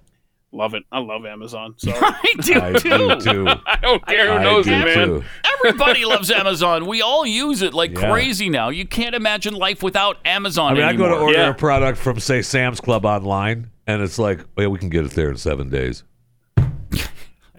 S5: Love it. I love Amazon. So
S3: [LAUGHS]
S2: I do
S3: I
S2: too.
S3: do too.
S5: I don't care
S3: I
S5: who knows
S3: do
S5: it, man.
S3: too.
S2: Everybody loves Amazon. We all use it like
S3: Yeah.
S2: crazy now. You can't imagine life without Amazon
S3: I mean,
S2: anymore.
S3: I go to order
S5: Yeah.
S3: a product from, say, Sam's Club online, and it's like, yeah, we can get it there in seven days.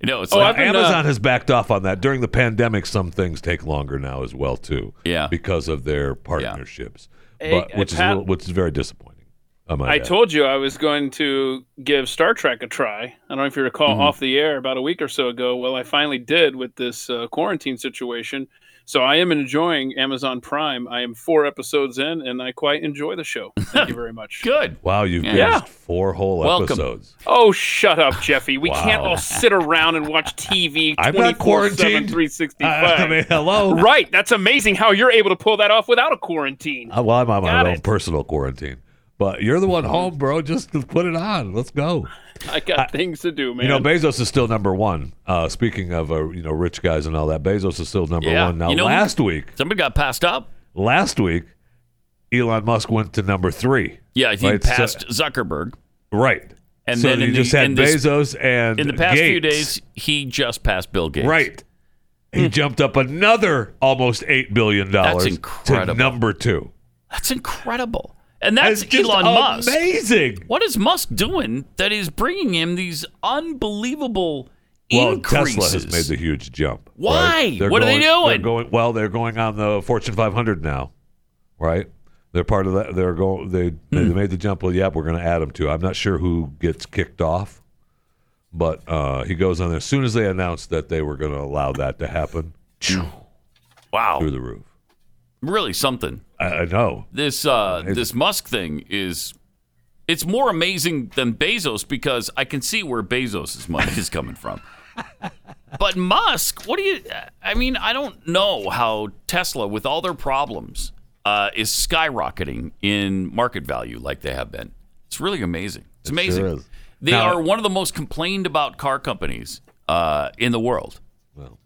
S2: I know, it's
S5: Oh,
S2: like,
S5: I've- been, uh,
S3: Amazon has backed off on that. During the pandemic, some things take longer now as well, too.
S2: Yeah.
S3: Because of their partnerships,
S5: Hey,
S3: but,
S5: hey,
S3: which, is a
S5: Pat-
S3: little, which is very disappointing. I, might
S5: I
S3: add.
S5: told you I was going to give Star Trek a try. I don't know if you recall
S3: Mm-hmm.
S5: off the air about a week or so ago. Well, I finally did with this uh, quarantine situation. So I am enjoying Amazon Prime. I am four episodes in, and I quite enjoy the show. Thank
S3: [LAUGHS]
S5: you very much.
S2: good.
S3: Wow, you've
S2: Yeah.
S3: missed four whole
S2: Welcome.
S3: episodes.
S5: Oh, shut up, Jeffy. We can't
S3: Wow.
S5: all sit around and watch TV
S3: [LAUGHS] I'm
S5: 24
S3: not
S5: 7,
S3: quarantined. I [LAUGHS]
S5: 365.
S3: mean, hello.
S5: [LAUGHS] right. That's amazing how you're able to pull that off without a quarantine.
S3: Uh, well, I'm on my
S5: Got
S3: own
S5: it.
S3: personal quarantine, but you're
S2: [LAUGHS]
S3: the one home, bro. Just put it on. Let's go.
S5: I got things to do, man.
S3: You know, Bezos is still number one. Uh, speaking of uh, you know rich guys and all that, Bezos is still number
S2: Yeah.
S3: one. Now,
S2: You know who-
S3: last week,
S2: Somebody got passed up.
S3: last week, Elon Musk went to number three.
S2: Yeah, he
S3: Right, so-
S2: passed Zuckerberg.
S3: Right.
S2: And
S3: so
S2: then
S3: you
S2: in the-
S3: just
S2: in
S3: had
S2: this-
S3: Bezos and
S2: In the past few
S3: Gates.
S2: days, he just passed Bill Gates. Hmm.
S3: Right. He jumped up another almost eight billion dollars to
S2: incredible.
S3: number two.
S2: That's incredible. And that's
S3: It's just
S2: Elon Musk.
S3: Amazing.
S2: What is Musk doing that is bringing him these unbelievable
S3: Well,
S2: increases?
S3: Tesla has made the huge jump. right?
S2: Why?
S3: They're
S2: What are they
S3: going-
S2: doing?
S3: They're going well. They're going on the Fortune 500 now, right? They're part of that. They're going. They they
S2: Hmm.
S3: made the jump. Well, yep, we're going to add him to. I'm not sure who gets kicked off, but uh, he goes on there as soon as they announced that they were going to allow that to happen. Through
S2: wow,
S3: the roof.
S2: really something.
S3: I, I know.
S2: this uh, this Musk thing is it's more amazing than Bezos because I can see where Bezos' money is coming
S3: [LAUGHS]
S2: from. But Musk, what do you? I mean, I don't know how Tesla, with all their problems, uh, is skyrocketing in market value like they have been. It's really amazing. It's amazing.
S3: is.
S2: They
S3: Now-
S2: are one of the most complained about car companies uh, in the world
S3: Well,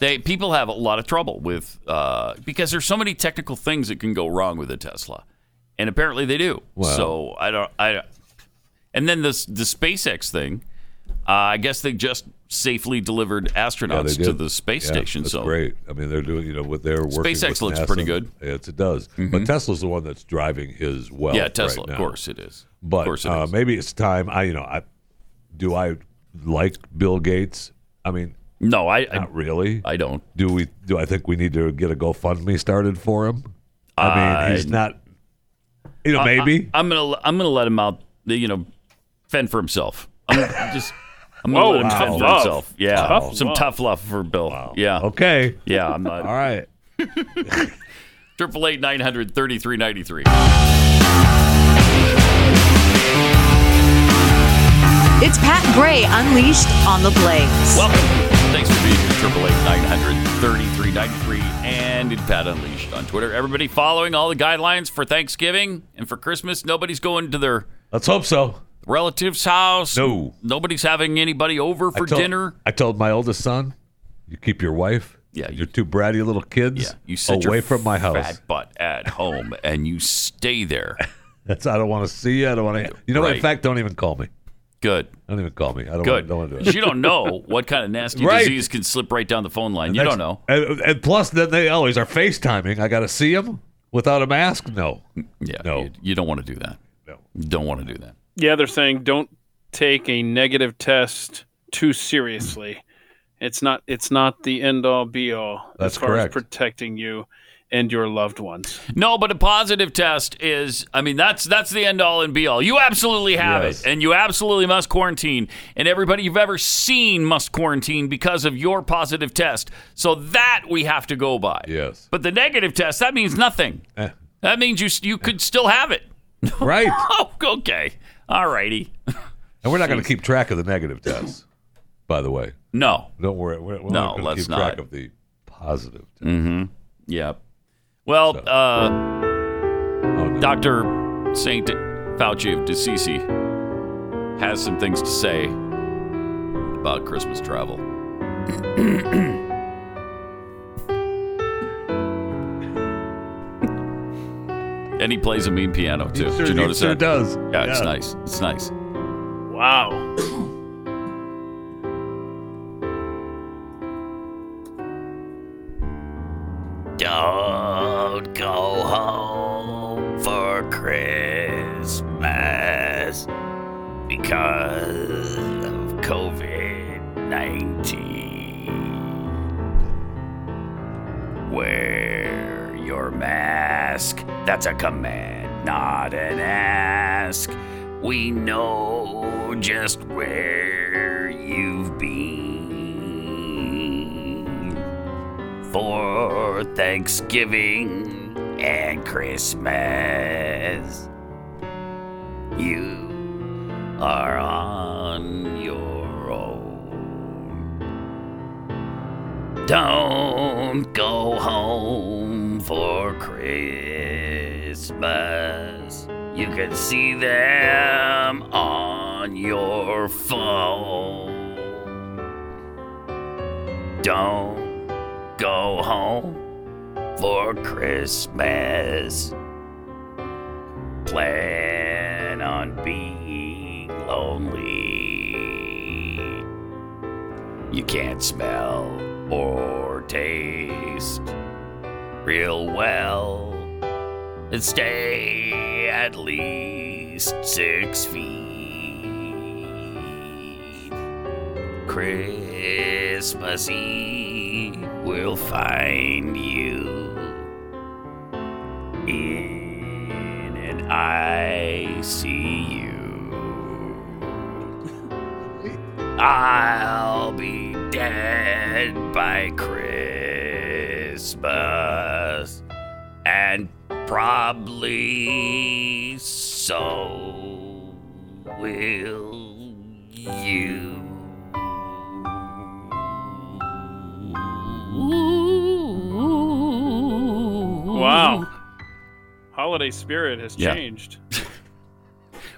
S2: they people have a lot of trouble with uh, because there's so many technical things that can go wrong with a Tesla, and apparently they do.
S3: Well.
S2: So I don't. I and then this the SpaceX thing. Uh, I guess they just safely delivered astronauts
S3: they
S2: to
S3: did.
S2: the space
S3: yeah,
S2: station.
S3: That's
S2: so
S3: great. I mean, they're doing you know with their working
S2: SpaceX
S3: with
S2: looks
S3: NASA.
S2: pretty good. Mm-hmm.
S3: Yes, it does. But Tesla's the one that's driving his well.
S2: yeah, Tesla.
S3: right now.
S2: of course it is.
S3: But
S2: of course it is.
S3: uh, maybe it's time. I you know I do I like Bill Gates. I mean,
S2: no, I I,
S3: not really.
S2: I don't.
S3: do we? Do I think we need to get a GoFundMe started for him? I mean, he's not. You know, maybe.
S2: I'm gonna I'm gonna let him out. You know, fend for himself. I'm gonna just. I'm gonna
S5: Whoa,
S2: let him
S5: tough
S2: fend for
S5: love.
S2: himself. Yeah,
S5: Tough
S2: some
S5: love.
S2: tough love for Bill. Yeah,
S3: okay.
S2: yeah. I'm not.
S3: All right.
S2: Triple eight nine hundred thirty three ninety three.
S4: It's Pat Gray Unleashed on the Blaze.
S2: Welcome. Thanks for being here. Triple eight nine hundred thirty three ninety three and at Pat Unleashed on Twitter. Everybody following all the guidelines for Thanksgiving and for Christmas. Nobody's going to their
S3: Let's hope so.
S2: relative's house.
S3: No.
S2: Nobody's having anybody over for
S3: I told-
S2: dinner.
S3: I told my oldest son, "You keep your wife,
S2: Yeah, you-
S3: your two bratty little kids,
S2: Yeah, you sit
S3: away
S2: your
S3: from my house.
S2: fat butt at home and you stay there.
S3: [LAUGHS] That's I don't want to see you. I don't want to. You know, what? in
S2: Right.
S3: fact, don't even call me.
S2: Good,
S3: Don't even call me. I [LAUGHS] don't.
S2: good.
S3: Want, don't want to do it.
S2: You don't know what kind of nasty
S3: Right.
S2: disease can slip right down the phone line. You don't know.
S3: And, and plus, then they always are FaceTiming. I got to see him without a mask. No,
S2: Yeah,
S3: No.
S2: you, you don't want to do that.
S3: No.
S2: You don't want to do that.
S5: Yeah, they're saying don't take a negative test too seriously. It's not it's not the end all be all
S3: That's
S5: as far
S3: correct.
S5: as protecting you and your loved ones.
S2: No, but a positive test is I mean that's that's the end all and be all. You absolutely have
S3: Yes.
S2: it and you absolutely must quarantine and everybody you've ever seen must quarantine because of your positive test. So that we have to go by.
S3: Yes.
S2: But the negative test that means nothing.
S3: Eh.
S2: That means you s- you could still have it. [LAUGHS]
S3: right?
S2: Oh, okay. All righty.
S3: And we're not going to keep track of the negative tests. By the way,
S2: No.
S3: don't worry. We're,
S2: No,
S3: we're not going to
S2: let's
S3: keep track
S2: not.
S3: of the positive. Tests.
S2: Yeah. Well, uh,
S3: Oh, no.
S2: Dr. St. Fauci of DeCisi has some things to say about Christmas
S3: [COUGHS]
S2: travel. and he plays a mean piano, too.
S3: He
S2: Did
S3: sure-
S2: you notice
S3: he sure
S2: that?
S3: does.
S2: Yeah, it's nice. It's nice.
S5: Wow.
S2: Don't go home for Christmas because of COVID 19. Wear your mask. That's a command, not an ask. We know just where you've been for Thanksgiving and Christmas. You are on your own. Don't go home for Christmas. You can see them on your phone. Don't go home for Christmas. Plan on being lonely. You can't smell or taste real well. And stay at least six feet. Christmas Eve will find you in an ICU. I'll be dead by Christmas, and probably so will you.
S5: Wow. Holiday spirit has
S2: Yeah.
S5: changed.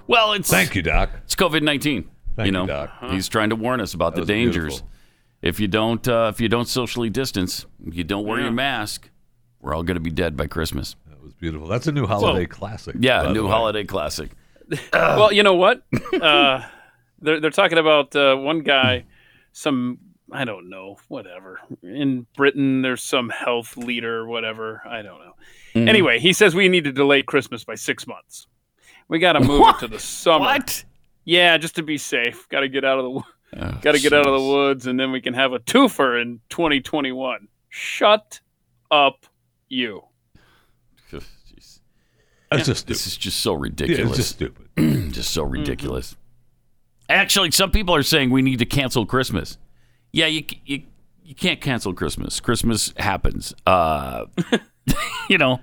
S2: Well, it's
S3: Thank you, Doc.
S2: It's COVID nineteen. you
S3: Thank you,
S2: know,
S3: Doc.
S2: he's trying to warn us about
S3: That
S2: the
S3: was
S2: dangers.
S3: beautiful.
S2: If you don't, uh, if you don't socially distance, if you don't wear your mask, we're all going to be dead by Christmas.
S3: That was beautiful. That's a new holiday classic.
S2: Yeah,
S3: by the
S2: new
S3: way.
S2: holiday classic.
S5: well, you know what? Uh, they're they're talking about uh, one guy, some I don't know, whatever. In Britain, there's some health leader, whatever. I don't know.
S2: Hmm.
S5: Anyway, he says we need to delay Christmas by six months. We got to move it to the summer.
S2: What?
S5: Yeah, just to be safe. Got to get out of the
S2: Oh,
S5: got to get out of the woods, and then we can have a twofer in 2021. Shut up, you.
S2: the.
S3: That's just
S2: This
S3: stupid.
S2: is just so ridiculous.
S3: Yeah, it's just stupid.
S2: just so ridiculous. Actually, some people are saying we need to cancel Christmas. Yeah, you c- you, you can't cancel Christmas. Christmas happens. Uh, [LAUGHS] you know,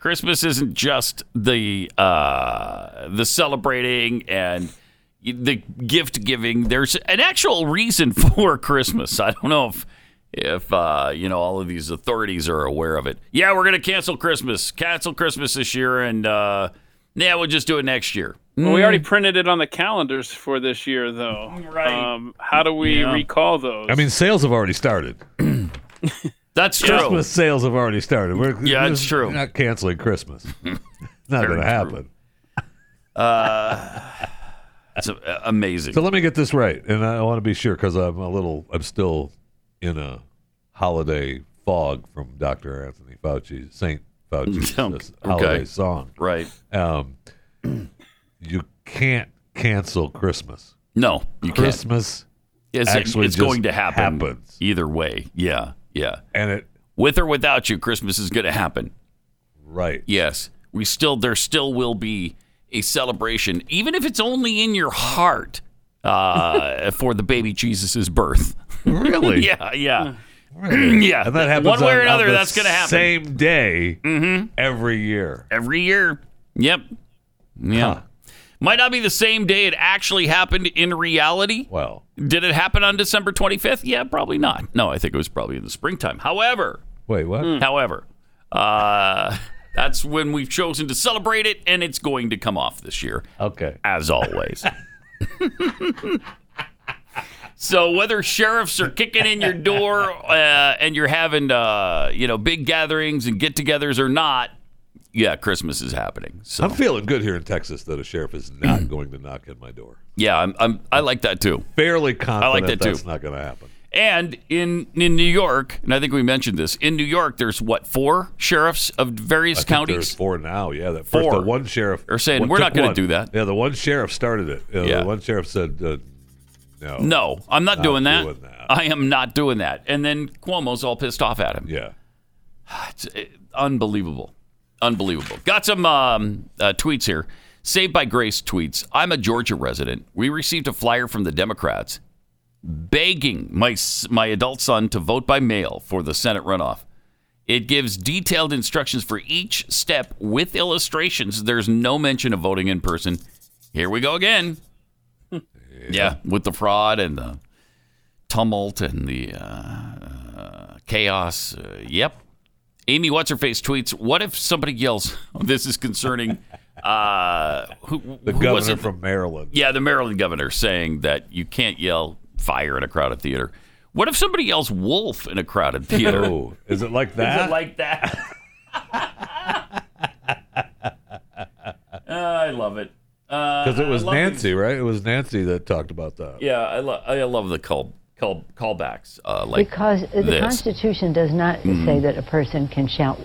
S2: Christmas isn't just the uh, the celebrating and the gift giving. There's an actual reason [LAUGHS] for Christmas. I don't know if if uh, you know all of these authorities are aware of it. Yeah, we're gonna cancel Christmas. Cancel Christmas this year, and uh, yeah, we'll just do it next year.
S5: Well, we already printed it on the calendars for this year, though. Right. Um, how do we recall those?
S3: I mean, sales have already started.
S2: That's true.
S3: Christmas sales have already started. We're,
S2: Yeah,
S3: we're
S2: it's true.
S3: Not
S2: [LAUGHS]
S3: canceling Christmas. not
S2: Very
S3: going to happen.
S2: That's a- amazing.
S3: So let me get this right, and I want to be sure because I'm a little, I'm still in a holiday fog from Dr. Anthony Fauci, Saint
S2: [LAUGHS]
S3: Fauci's this
S2: Okay.
S3: holiday song.
S2: right.
S3: Um, [CLEARS THROAT] you can't cancel Christmas.
S2: No, you can't.
S3: Christmas,
S2: It's,
S3: actually
S2: it's
S3: just
S2: going to happen
S3: happens.
S2: either way. Yeah, yeah.
S3: and it
S2: With or without you, Christmas is going to happen.
S3: right.
S2: Yes, we still there still will be a celebration, even if it's only in your heart, uh, [LAUGHS] for the baby Jesus' birth. [LAUGHS]
S3: Really?
S2: yeah, yeah, [CLEARS THROAT]
S3: Really?
S2: Yeah.
S3: And that
S2: One
S3: happens
S2: way or
S3: on- on
S2: another,
S3: the
S2: that's gonna happen. Mm-hmm.
S3: Same day every year.
S2: every year. Yep. Yeah.
S3: Huh.
S2: Might not be the same day it actually happened in reality.
S3: Well,
S2: Did it happen on December 25th? Yeah, probably not. No, I think it was probably in the springtime. However,
S3: wait, what?
S2: however, uh, that's when we've chosen to celebrate it, and it's going to come off this year,
S3: Okay.
S2: as always. [LAUGHS] so whether sheriffs are kicking in your door uh, and you're having uh, you know big gatherings and get-togethers or not, yeah, Christmas is happening. So
S3: I'm feeling good here in Texas that a sheriff
S2: [CLEARS THROAT]
S3: is not going to knock at my door.
S2: yeah, I'm, I'm I like that too.
S3: Fairly confident
S2: that too.
S3: that's not going to happen.
S2: And in in New York, and I think we mentioned this in New York, there's what four sheriffs of various
S3: I think there's
S2: counties.
S3: four now. Yeah, that first
S2: Four.
S3: the one sheriff
S2: They're saying,
S3: one-
S2: "We're
S3: took
S2: not gonna
S3: one."
S2: do that.
S3: Yeah, the one sheriff started it. Uh,
S2: Yeah.
S3: The one sheriff said, uh, "No,
S2: No, I'm not,
S3: Not
S2: doing, that.
S3: doing that.
S2: I am not doing that. And then Cuomo's all pissed off at him.
S3: yeah."
S2: It's uh, unbelievable. Unbelievable. Got some um, uh, tweets here. Saved by Grace tweets I'm a Georgia resident. We received a flyer from the Democrats begging my, s- my adult son to vote by mail for the Senate runoff. It gives detailed instructions for each step with illustrations. There's no mention of voting in person. Here we go
S3: [LAUGHS]
S2: again. yeah, with the fraud and the tumult and the uh, uh, chaos. Uh, yep, Amy What's Her Face tweets, What if somebody yells, [LAUGHS] This is concerning uh, who,
S3: The
S2: who was
S3: governor
S2: it?
S3: from Maryland.
S2: Yeah, the Maryland governor saying that you can't yell fire in a crowded theater. What if somebody yells wolf in a crowded theater? [LAUGHS]
S3: Oh, is it like that?
S2: like
S3: [LAUGHS]
S2: that? Ah, I love it.
S3: Because it was Nancy, right? It was Nancy that talked about that.
S2: Yeah, I, lo- I love the call, call callbacks. Uh, like
S9: Because the
S2: this. Mm-hmm.
S9: Constitution does not say that a person can shout,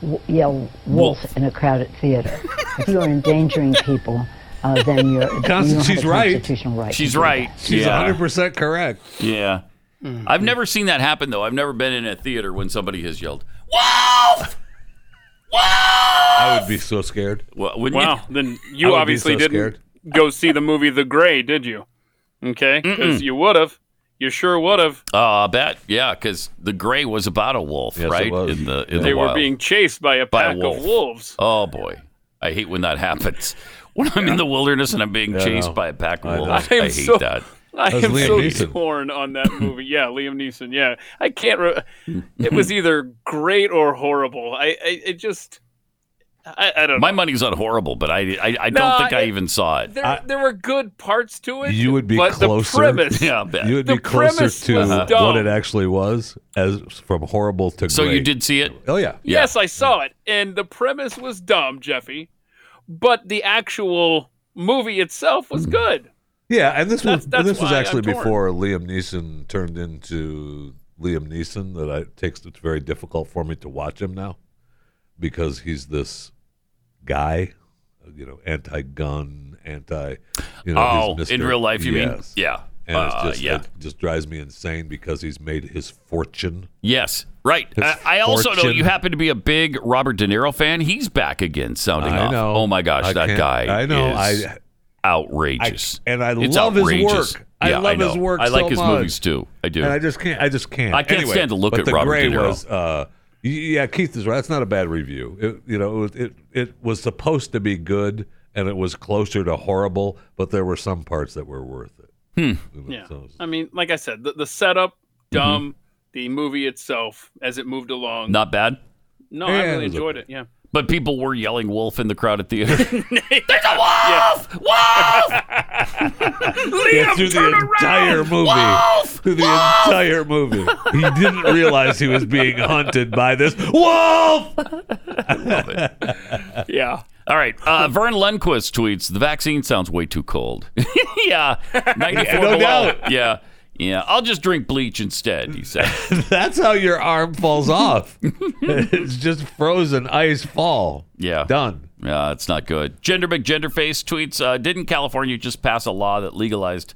S9: w- yell wolf,
S2: Wolf.
S9: in a crowded theater. if you're endangering people, uh, then you're you don't have
S3: She's
S9: a
S3: right.
S9: constitutional right. to
S2: She's
S9: do that.
S2: right.
S3: She's
S2: yeah.
S3: 100% correct.
S2: Yeah.
S9: Mm-hmm.
S2: I've never seen that happen though. I've never been in a theater when somebody has yelled "Wolf, [LAUGHS] Wolf."
S3: I would be so scared.
S2: Well, wouldn't you?
S5: wow. Then
S3: I would
S5: you
S3: be
S5: obviously
S3: so
S5: didn't
S3: scared.
S5: go see the movie The Gray, did you? Okay, because you would have. You sure would have.
S2: Oh, I bet. Yeah, because the gray was about a wolf,
S3: Yes, it
S2: right?
S3: was.
S2: In the in
S3: Yeah.
S2: the
S5: They were
S2: wild.
S5: being chased by a
S2: By a
S5: pack
S2: wolf.
S5: of wolves.
S2: Oh boy, I hate when that happens. [LAUGHS] When I'm in the wilderness and I'm being
S3: Yeah, I
S2: chased
S3: know.
S2: by a pack
S3: I
S2: of
S3: know.
S2: wolves,
S5: I
S2: I,
S5: am
S2: hate
S5: so-
S2: that.
S5: I
S3: That was
S5: am
S3: Liam
S5: so
S3: Neeson.
S5: torn on
S3: [CLEARS THROAT]
S5: that movie. Yeah, Liam Neeson. Yeah, I
S3: [LAUGHS]
S5: can't. Re- it was either great or horrible. I, I it just, I, I don't
S2: My
S5: know.
S2: money's on horrible, but I I, I don't
S5: No,
S2: think I,
S5: I-
S2: even saw it. [LAUGHS]
S5: There, there were good parts to it.
S3: You would be
S5: but
S3: closer. [LAUGHS]
S5: The premise,
S2: Yeah, I bet.
S3: You would
S5: The
S3: be closer
S5: premise
S3: to
S5: was
S3: what
S5: dumb.
S3: it actually was as from horrible to
S2: so
S3: great.
S2: you did see it?
S3: Oh, yeah.
S2: Yeah.
S5: Yes, I saw it, and the premise was dumb, Jeffy, but the actual movie itself was good.
S3: Yeah, and this was
S5: That's- that's
S3: this was
S5: why
S3: actually
S5: I'm torn.
S3: before Liam Neeson turned into Liam Neeson. That I, it takes it's very difficult for me to watch him now because he's this guy, you know, anti-gun, anti, you know,
S2: Oh,
S3: he's
S2: in
S3: Mr.
S2: real life, you
S3: yes.
S2: mean? Yeah.
S3: And
S2: Uh,
S3: it's just,
S2: yeah.
S3: it just drives me insane because he's made his fortune.
S2: Yes, right.
S3: His
S2: I, I also know
S3: fortune.
S2: you happen to be a big Robert De Niro fan. He's back again, sounding
S3: I
S2: off.
S3: know.
S2: Oh my gosh,
S3: I
S2: that
S3: can't-
S2: guy.
S3: I know.
S2: is
S3: I-
S2: outrageous.
S3: I- and I
S2: It's
S3: love his
S2: outrageous.
S3: work. I
S2: Yeah,
S3: love
S2: know.
S3: his work
S2: I like
S3: so
S2: his
S3: much.
S2: movies too. I do.
S3: And I just can't. I just can't.
S2: I can't
S3: Anyway,
S2: stand to look
S3: but
S2: at
S3: the
S2: Robert
S3: Gray
S2: De Niro.
S3: Was, uh, y- yeah, Keith is right. That's not a bad review. It, you know, it, was- it it was supposed to be good, and it was closer to horrible, but there were some parts that were worth it.
S2: Hmm.
S3: You know,
S5: Yeah.
S3: so it's-
S5: I mean, like I said, the, the setup, dumb. The movie itself, as it moved along,
S2: Not bad.
S5: no,
S3: Yeah,
S5: I
S3: it
S5: really
S3: was
S5: enjoyed
S3: okay.
S5: it. Yeah,
S2: But people were yelling wolf in the crowded
S3: [LAUGHS]
S2: theater. There's a wolf! Wolf!
S3: Yeah, through the entire movie.
S2: Wolf!
S3: Through the entire movie. He didn't realize he was being hunted by this wolf. [LAUGHS]
S5: Yeah.
S2: All right. Uh, Vern Lundquist tweets The vaccine sounds way too cold. [LAUGHS]
S3: [LAUGHS]
S2: yeah. 94
S3: no
S2: below.
S3: doubt.
S2: Yeah. Yeah. I'll just drink bleach instead, he
S3: [LAUGHS]
S2: said.
S3: That's how your arm falls
S2: [LAUGHS]
S3: off. it's just frozen ice fall.
S2: Yeah.
S3: Done.
S2: Yeah, Uh, it's not good. Gender McGenderface tweets uh, Didn't California just pass a law that legalized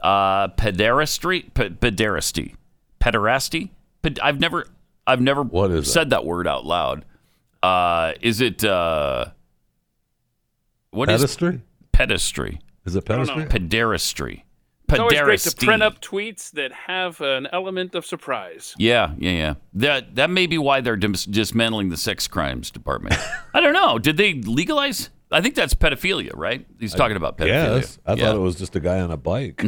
S2: uh, pederasty? P- pederasty. Pederasty? Ped- I've never, I've never
S3: What is that?
S2: said that? word out loud. Uh, is it, uh, what is
S3: Pedestry?
S2: pedestry?
S3: Is it pedestry?
S2: Pederastry.
S5: It's always great to
S2: Pederasty.
S5: print up tweets that have an element of surprise.
S2: Yeah, yeah, yeah. That that may be why they're dis- dismantling the sex crimes department. [LAUGHS] I don't know. Did they legalize? I think that's pedophilia, right? He's talking about pedophilia.
S3: Yes. I
S2: Yeah.
S3: thought it was just a guy on a bike.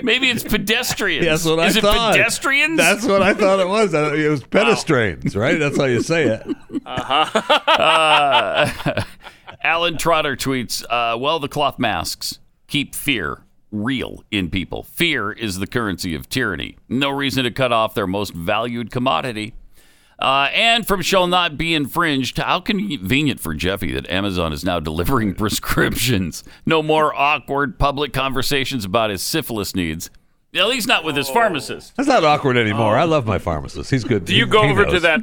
S2: Maybe
S3: [LAUGHS]
S2: it's pedestrians.
S3: [LAUGHS] That's what I
S2: Is it
S3: thought.
S2: pedestrians?
S3: That's what I thought it was. I- It was pedestrians, right? That's how you say it.
S2: Alan Trotter tweets, uh, well, the cloth masks keep fear real in people. Fear is the currency of tyranny. No reason to cut off their most valued commodity. Uh, and from shall not be infringed, how convenient for Jeffy that Amazon is now delivering [LAUGHS] prescriptions. No more awkward public conversations about his syphilis needs. At least not with his pharmacist.
S3: That's not awkward anymore. I love my pharmacist. He's good.
S5: Do you go over to that,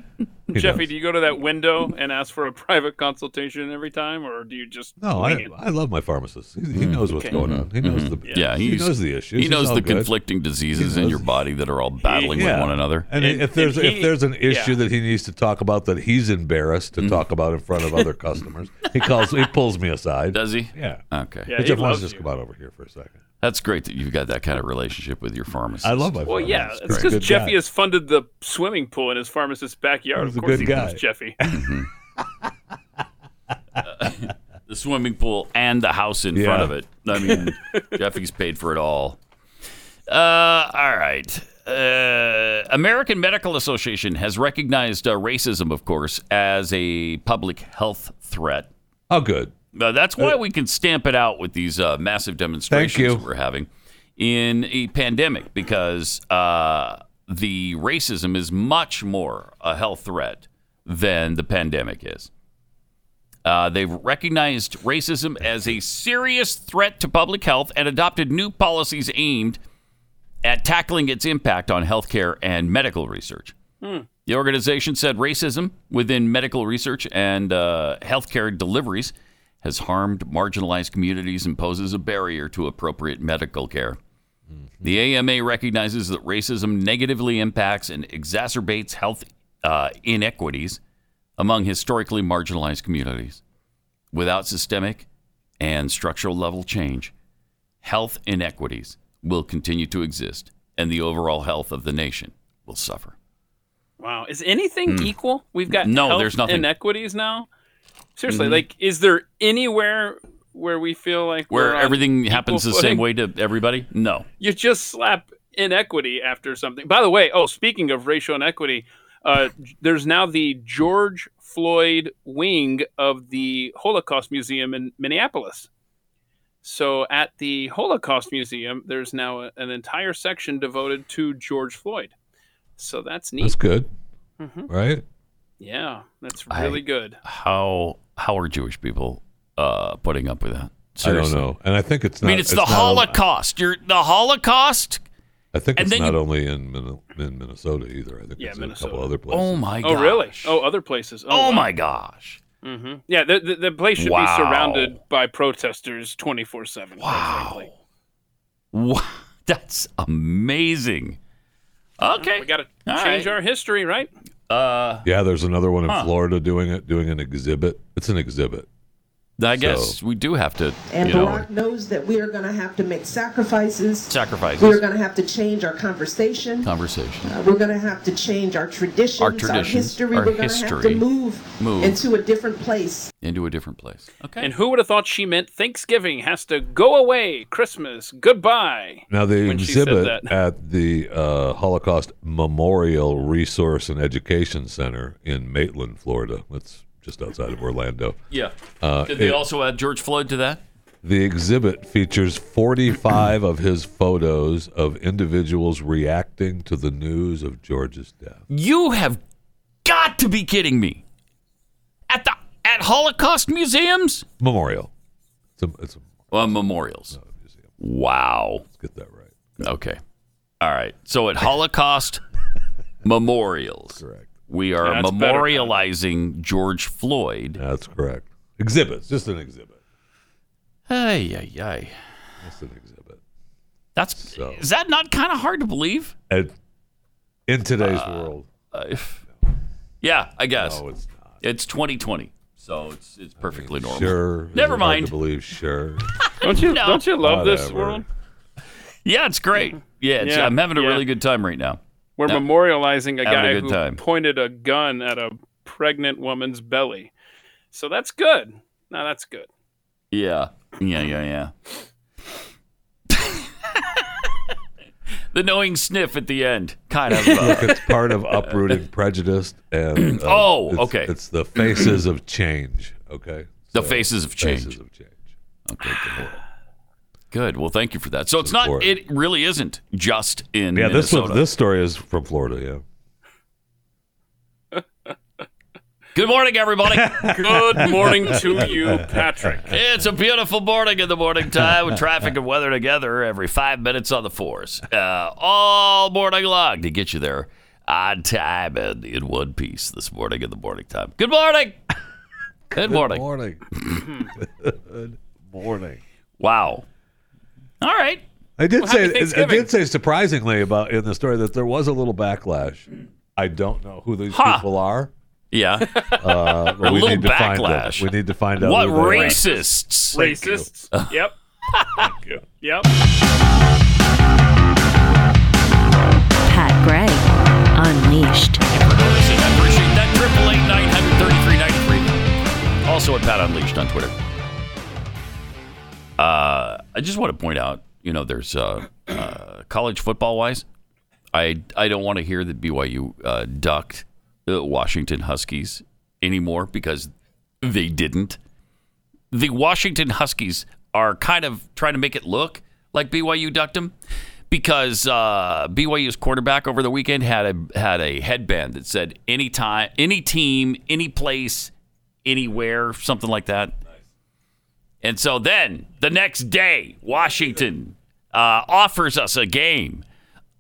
S5: Jeffy?
S3: knows.
S5: Do you go to that window and ask for a [LAUGHS] private consultation every time, or do you just
S3: No,
S5: wing
S3: I,
S5: it? Hmm.
S3: I love my pharmacist. He, he knows what's going on. He knows the
S2: Yeah,
S3: he
S2: he's-
S3: knows the issues.
S2: He
S3: He's
S2: knows
S3: all
S2: the
S3: good.
S2: conflicting diseases in
S3: knows.
S2: your body that are all battling with one another.
S3: And,
S5: And-
S3: if there's
S5: and
S3: if
S5: he-
S3: there's an issue
S5: yeah. Hmm.
S3: that he needs to talk about that he's embarrassed to talk about in front of other customers, he calls he pulls me aside.
S2: Does he?
S3: Yeah.
S2: Okay.
S5: Yeah,
S3: Hey,
S5: Uh, he
S3: Jeff, why don't
S5: loves
S3: you just
S5: you.
S3: come out over here for a second?
S2: That's great that you've got that kind of relationship with your pharmacist.
S3: I love my.
S5: Well, yeah,
S3: pharmacist.
S5: it's
S3: He's a
S5: because
S3: good
S5: Jeffy
S3: guy.
S5: has funded the swimming pool in his pharmacist's backyard.
S3: He's
S5: Of
S3: a
S5: course,
S3: good
S5: he
S3: guy. [LAUGHS]
S5: knows Jeffy.
S2: the swimming pool and the house in front
S3: Yeah.
S2: of it. I mean,
S3: [LAUGHS]
S2: Jeffy's paid for it all. Uh, all right. Uh, American Medical Association has recognized uh, racism, of course, as a public health threat.
S3: Oh, good.
S2: Uh, that's why we can stamp it out with these uh, massive demonstrations
S3: you.
S2: that we're having in a pandemic because uh, the racism is much more a health threat than the pandemic is. Uh, they've recognized racism as a serious threat to public health and adopted new policies aimed at tackling its impact on healthcare and medical research. The organization said racism within medical research and uh, healthcare deliveries has harmed marginalized communities and poses a barrier to appropriate medical care. The AMA recognizes that racism negatively impacts and exacerbates health uh, inequities among historically marginalized communities. Without systemic and structural level change, health inequities will continue to exist and the overall health of the nation will suffer.
S5: Wow, is anything equal? We've got
S2: Hmm. No,
S5: health
S2: there's nothing. Mm-hmm.
S5: inequities now. Seriously, like, is there anywhere where we feel like
S2: Where
S5: we're uh, on
S2: everything
S5: equal
S2: happens the
S5: footing?
S2: same way to everybody? No.
S5: you just slap inequity after something. By the way, oh, speaking of racial inequity, uh, there's now the George Floyd wing of the Holocaust Museum in Minneapolis. So at the Holocaust Museum, there's now a- an entire section devoted to George Floyd. So that's neat.
S3: That's good.
S2: Mm-hmm.
S3: Right.
S5: yeah, that's
S2: I-
S5: really good.
S2: How how are Jewish people uh, putting up with that? Seriously.
S3: I don't know, and I think it's.
S2: I
S3: Not,
S2: mean, it's, the
S3: not only-
S2: Holocaust. You're the Holocaust.
S3: I think
S2: and
S3: it's
S2: then
S3: not
S2: you-
S3: only in Min- in Minnesota either. I think
S5: Yeah,
S3: it's in a
S5: Minnesota.
S3: couple other places.
S2: Oh my.
S5: Oh,
S2: gosh.
S5: really? Oh, other places.
S2: Oh,
S5: wow.
S2: my gosh.
S5: hmm Yeah, the, the, the place should
S2: Wow.
S5: be surrounded by protesters 24 7.
S2: Wow. Wow. [LAUGHS] That's amazing. Okay.
S5: We got to
S2: All
S5: change
S2: right.
S5: our history, right?
S2: Uh,
S3: Yeah, there's another one in
S2: Huh.
S3: Florida doing it, doing an exhibit. It's an exhibit
S2: I guess we do have to,
S10: And
S2: you know,
S10: Barack knows that we are going to have to make sacrifices. We are
S2: sacrifices
S10: going to have to change our conversation.
S2: conversation.
S10: Uh, we're going to have to change our traditions,
S2: Our traditions,
S10: history.
S2: our
S10: we're going to have to
S2: history.
S10: move,
S2: Move.
S10: into a different place.
S2: into a different place. Okay.
S5: And who would have thought she meant Thanksgiving has to go away, Christmas, goodbye?
S3: Now the
S5: when she said
S3: exhibit
S5: that.
S3: at the uh, Holocaust Memorial Resource and Education Center in Maitland, Florida. That's just outside of Orlando.
S2: Yeah.
S3: Uh,
S2: Did they
S3: it-
S2: also add George Floyd to that?
S3: The exhibit features 45 of his photos of individuals reacting to the news of George's death.
S2: You have got to be kidding me. At the at Holocaust museums?
S3: Memorial. It's a, it's a,
S2: Well, memorials. Wow.
S3: let's get that right.
S2: Okay. All right. So at
S3: [LAUGHS]
S2: Holocaust memorials,
S3: Correct.
S2: we are
S5: That's better.
S2: memorializing George Floyd.
S3: That's correct. Exhibits. Just an exhibit.
S2: Ay, ay, ay.
S3: Just an exhibit.
S2: That's
S3: So-
S2: is that not kind of hard to believe?
S3: And in today's world,
S2: Uh, if- yeah, I guess
S3: no, it's not.
S2: it's 2020, so it's it's perfectly normal.
S3: Sure. Is it
S2: Never
S3: hard
S2: mind.
S3: to believe. Sure.
S5: Don't
S2: [LAUGHS]
S5: you don't you love this
S3: Whatever.
S5: world?
S2: Yeah, it's great. Yeah, it's,
S5: Yeah,
S2: I'm having a
S5: yeah.
S2: really good time right now.
S5: We're
S2: No.
S5: memorializing
S2: Having a
S5: a guy
S2: good
S5: who
S2: time.
S5: pointed a gun at a pregnant woman's belly. So that's good. No,
S2: [LAUGHS]
S5: that's good.
S2: Yeah, yeah, yeah, yeah. [LAUGHS] the knowing sniff at the end, kind of. uh, [LAUGHS]
S3: Look, it's part of uprooting prejudice
S2: [CLEARS THROAT]
S3: and uh,
S2: Oh,
S3: it's-
S2: okay.
S3: It's the faces of change. Okay.
S2: The faces of change.
S3: Faces of change.
S2: [SIGHS] Good. Well, thank you for that. So it's not.
S3: Support.
S2: It really isn't just in
S3: Yeah, this
S2: Minnesota.
S3: one, this story is from Florida. Yeah.
S2: Good morning,
S3: [LAUGHS]
S2: everybody.
S5: Good morning to you, Patrick.
S2: it's a beautiful morning in the morning time with traffic and weather together every five minutes on the fours, uh, all morning long to get you there on time and in one piece this morning in the morning time. Good
S3: [LAUGHS]
S2: morning. Good morning.
S3: Morning. Good [LAUGHS] morning.
S2: Wow. All right.
S3: I did
S5: happy
S3: say I
S5: Thanksgiving.
S3: did say surprisingly about in the story that there was a little backlash. I don't know who these
S2: Ha.
S3: people are.
S2: Yeah.
S3: Uh, but we
S2: little
S3: need to find them.
S2: backlash.
S3: We need to find out
S2: what
S3: who they are.
S2: racists? [LAUGHS]
S5: Racists. Yep. Yep.
S1: Pat Gray Unleashed.
S2: Listen, I appreciate that. Triple eight nine hundred thirty three ninety three. Also at Pat Unleashed on Twitter. Uh, I just want to point out, you know, there's uh, uh, college football wise. I I don't want to hear that BYU uh, ducked the Washington Huskies anymore because they didn't. The Washington Huskies are kind of trying to make it look like BYU ducked them because uh, BYU's quarterback over the weekend had a had a headband that said any time, any team, any place, anywhere, something like that. And so then the next day, Washington uh, offers us a game.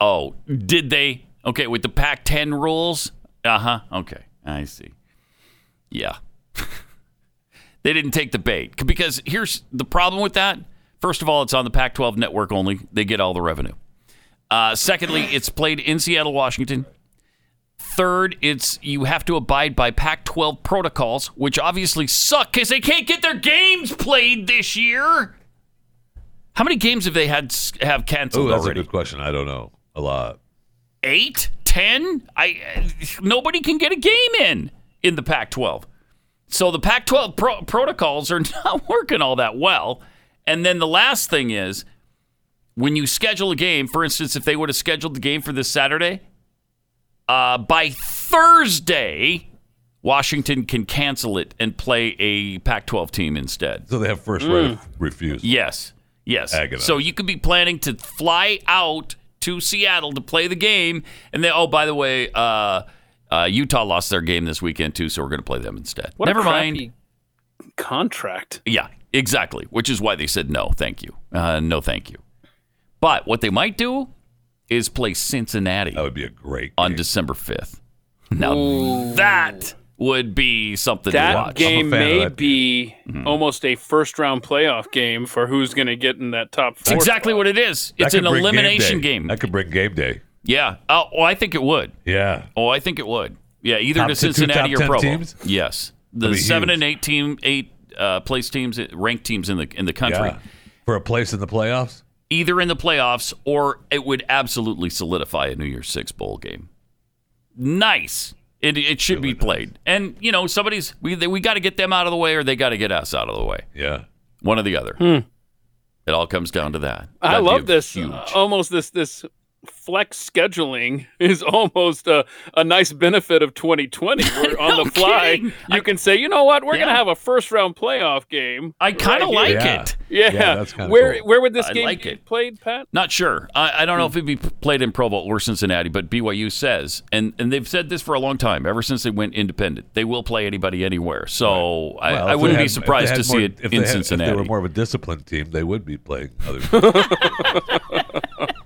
S2: Oh, did they? Okay, with the Pac 10 rules? Uh huh. Okay, I see. Yeah. [LAUGHS] they didn't take the bait C- because here's the problem with that. First of all, it's on the Pac 12 network only, they get all the revenue. Uh, secondly, it's played in Seattle, Washington. Third, it's you have to abide by Pac 12 protocols, which obviously suck because they can't get their games played this year. How many games have they had s- have canceled
S3: Oh, that's
S2: already?
S3: a good question. I don't know. A lot.
S2: eight, ten. I uh, nobody can get a game in in the Pac-12. So the Pac-12 pro- protocols are [LAUGHS] not working all that well. And then the last thing is when you schedule a game. For instance, if they would have scheduled the game for this Saturday, uh, by Thursday, Washington can cancel it and play a Pac-12 team instead.
S3: So they have first
S2: Mm.
S3: right of refusal.
S2: Yes. Yes.
S3: Agonizing.
S2: So you could be planning to fly out to Seattle to play the game, and then oh, by the way, uh, uh, Utah lost their game this weekend too, so we're going to play them instead.
S5: What a
S2: Never mind.
S5: crappy Contract.
S2: Yeah, exactly. Which is why they said no, thank you, uh, no, thank you. But what they might do is play Cincinnati
S3: That would be a great
S2: on
S3: game.
S2: December fifth. Now that would be something to
S5: That
S2: watch.
S5: game
S3: I'm a fan of
S5: may
S3: that Mm-hmm.
S5: be almost a first round playoff game for who's going to get in that top
S2: That's
S5: four.
S2: exactly what it is. It's
S3: That
S2: an
S3: could bring
S2: elimination
S3: game.
S2: game.
S3: That could bring game day.
S2: Yeah. Oh, oh, I think it would.
S3: Yeah.
S2: Oh, I think it would. Yeah, either
S3: Top
S2: to
S3: t- two
S2: Cincinnati or
S3: top 10
S2: Provo.
S3: teams?
S2: Yes, the
S3: That'd be
S2: seven
S3: huge.
S2: and eight team, eight uh, place teams, ranked teams in the in the country.
S3: Yeah. For a place in the playoffs?
S2: Either in the playoffs or it would absolutely solidify a New Year's Six bowl game. Nice. It, it should be played. And, you know, somebody's, we, they- we got to get them out of the way or they got to get us out of the way.
S3: Yeah.
S2: One or the other. It all comes down to that.
S5: Hmm. I
S2: That'd be
S5: love
S2: a
S5: this.
S2: huge-
S5: uh, almost this this flex scheduling [LAUGHS] is almost a, a nice benefit
S2: [LAUGHS]
S5: of 2020. Where on the fly, you can say, you know what, we're going to have a first round playoff game.
S2: I kinda
S5: right
S2: like
S5: here."
S2: Yeah. it.
S5: [LAUGHS] Yeah.
S2: Yeah, that's kinda
S5: where
S2: cool.
S5: where would this
S2: I
S5: game
S2: like
S5: be
S2: it.
S5: played, Pat?
S2: Not sure. I, I don't know
S3: Hmm.
S2: if it'd be played in Provo or Cincinnati, but BYU says, and, and they've said this for a long time, ever since they went independent, they will play anybody anywhere. So I,
S3: Well,
S2: I
S3: if they
S2: wouldn't
S3: had-
S2: be
S3: if they
S2: surprised
S3: had
S2: to
S3: more-
S2: see it
S3: if they
S2: in
S3: had-
S2: Cincinnati.
S3: If they were more of a disciplined team, they would be playing
S2: [LAUGHS]
S3: other.
S2: As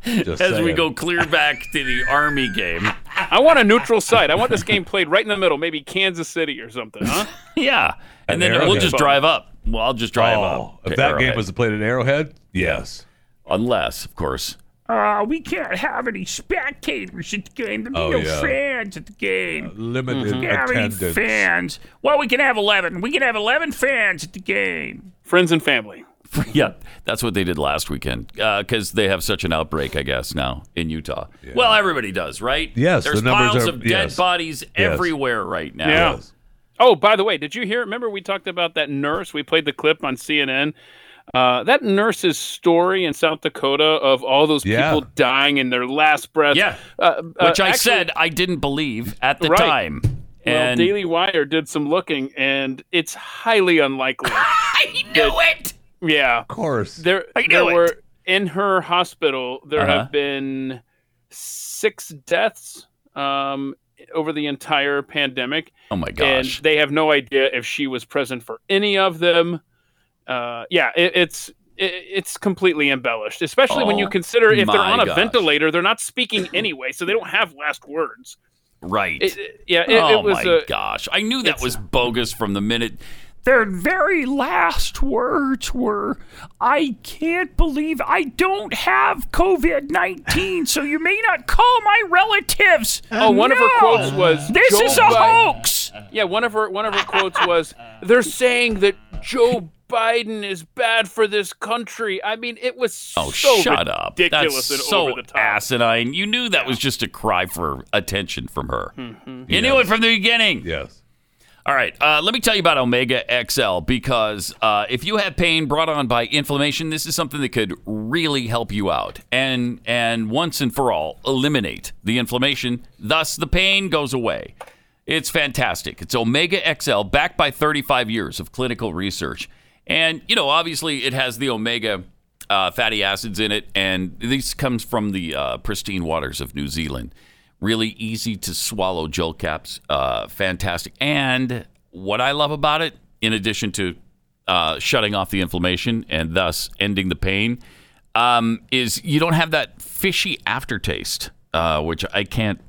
S3: Just
S2: we
S3: saying.
S2: go clear back to the Army
S3: [LAUGHS]
S2: game.
S5: I want a neutral site. I want this game played right in the middle, maybe Kansas City or something.
S2: [LAUGHS]
S5: Huh?
S2: yeah. And then
S3: Arrowhead.
S2: we'll just drive up. Well, I'll just drive
S3: Oh,
S2: up.
S3: if
S2: to
S3: that game
S2: Arrowhead.
S3: was played at Arrowhead, yes.
S2: Unless, of course.
S11: Uh, we can't have any spectators at the game. There'll be
S2: Oh,
S11: no
S2: yeah.
S11: fans at the game.
S3: limited
S2: Mm-hmm.
S11: We can't have any
S3: attendance.
S11: fans. Well, we can have 11. We can have 11 fans at the game.
S5: Friends and family.
S2: yeah, that's what they did last weekend because they have such an outbreak, I guess, now in Utah. Well, everybody does, right?
S3: Yes,
S2: There's
S3: the numbers
S2: piles
S3: are-
S2: of dead
S3: yes.
S2: bodies
S3: Yes.
S2: everywhere right now.
S5: Yeah. Oh, by the way, did you hear? Remember we talked about that nurse? We played the clip on CNN. Uh, that nurse's story in South Dakota of all those
S2: Yeah.
S5: people dying in their last breath. Yeah. Uh, uh,
S2: Which I
S5: actually-
S2: said I didn't believe at the
S5: Right.
S2: time.
S5: Well,
S2: And
S5: Daily Wire did some looking, and it's
S2: [LAUGHS]
S5: highly unlikely. I
S2: knew it.
S5: Yeah. Of
S3: course.
S5: There,
S2: I knew
S5: there
S2: it.
S5: were in her hospital. There
S2: Uh-huh.
S5: have been six deaths um, over the entire pandemic.
S2: Oh my
S5: And
S2: gosh.
S5: they have no idea if she was present for any of them. Uh, yeah, it, it's it, it's completely embellished, especially when you
S2: Oh,
S5: consider if they're
S2: my
S5: on a
S2: gosh.
S5: ventilator, they're not speaking anyway, so they don't have last words.
S2: right.
S5: It- it- yeah, it- it
S2: oh
S5: was uh,
S2: my
S5: a-
S2: gosh. I knew that was bogus from the minute.
S11: Their very last words were, I can't believe I don't have COVID 19, so you may not call my relatives.
S5: Oh, one of her
S11: No!
S5: quotes was
S11: This
S5: "Joe
S11: is a
S5: Biden-"
S11: hoax.
S5: Yeah, one of her one of her quotes was they're saying that Joe Biden is bad for this country. I mean, it was
S2: Oh,
S5: so
S2: shut
S5: ridiculous
S2: up. That's
S5: and
S2: so
S5: over the top.
S2: asinine. You knew that was just a cry for attention from her.
S5: Mm-hmm.
S2: You knew it from the beginning.
S3: Yes.
S2: All right. Uh, let me tell you about Omega XL because uh, if you have pain brought on by inflammation, this is something that could really help you out and and once and for all eliminate the inflammation. Thus, the pain goes away. It's fantastic. It's Omega XL, backed by 35 years of clinical research, and you know, obviously, it has the omega uh, fatty acids in it, and this comes from the uh, pristine waters of New Zealand. Really easy to swallow gel caps, uh, fantastic. And what I love about it, in addition to uh, shutting off the inflammation and thus ending the pain, um, is you don't have that fishy aftertaste, uh, which I can't.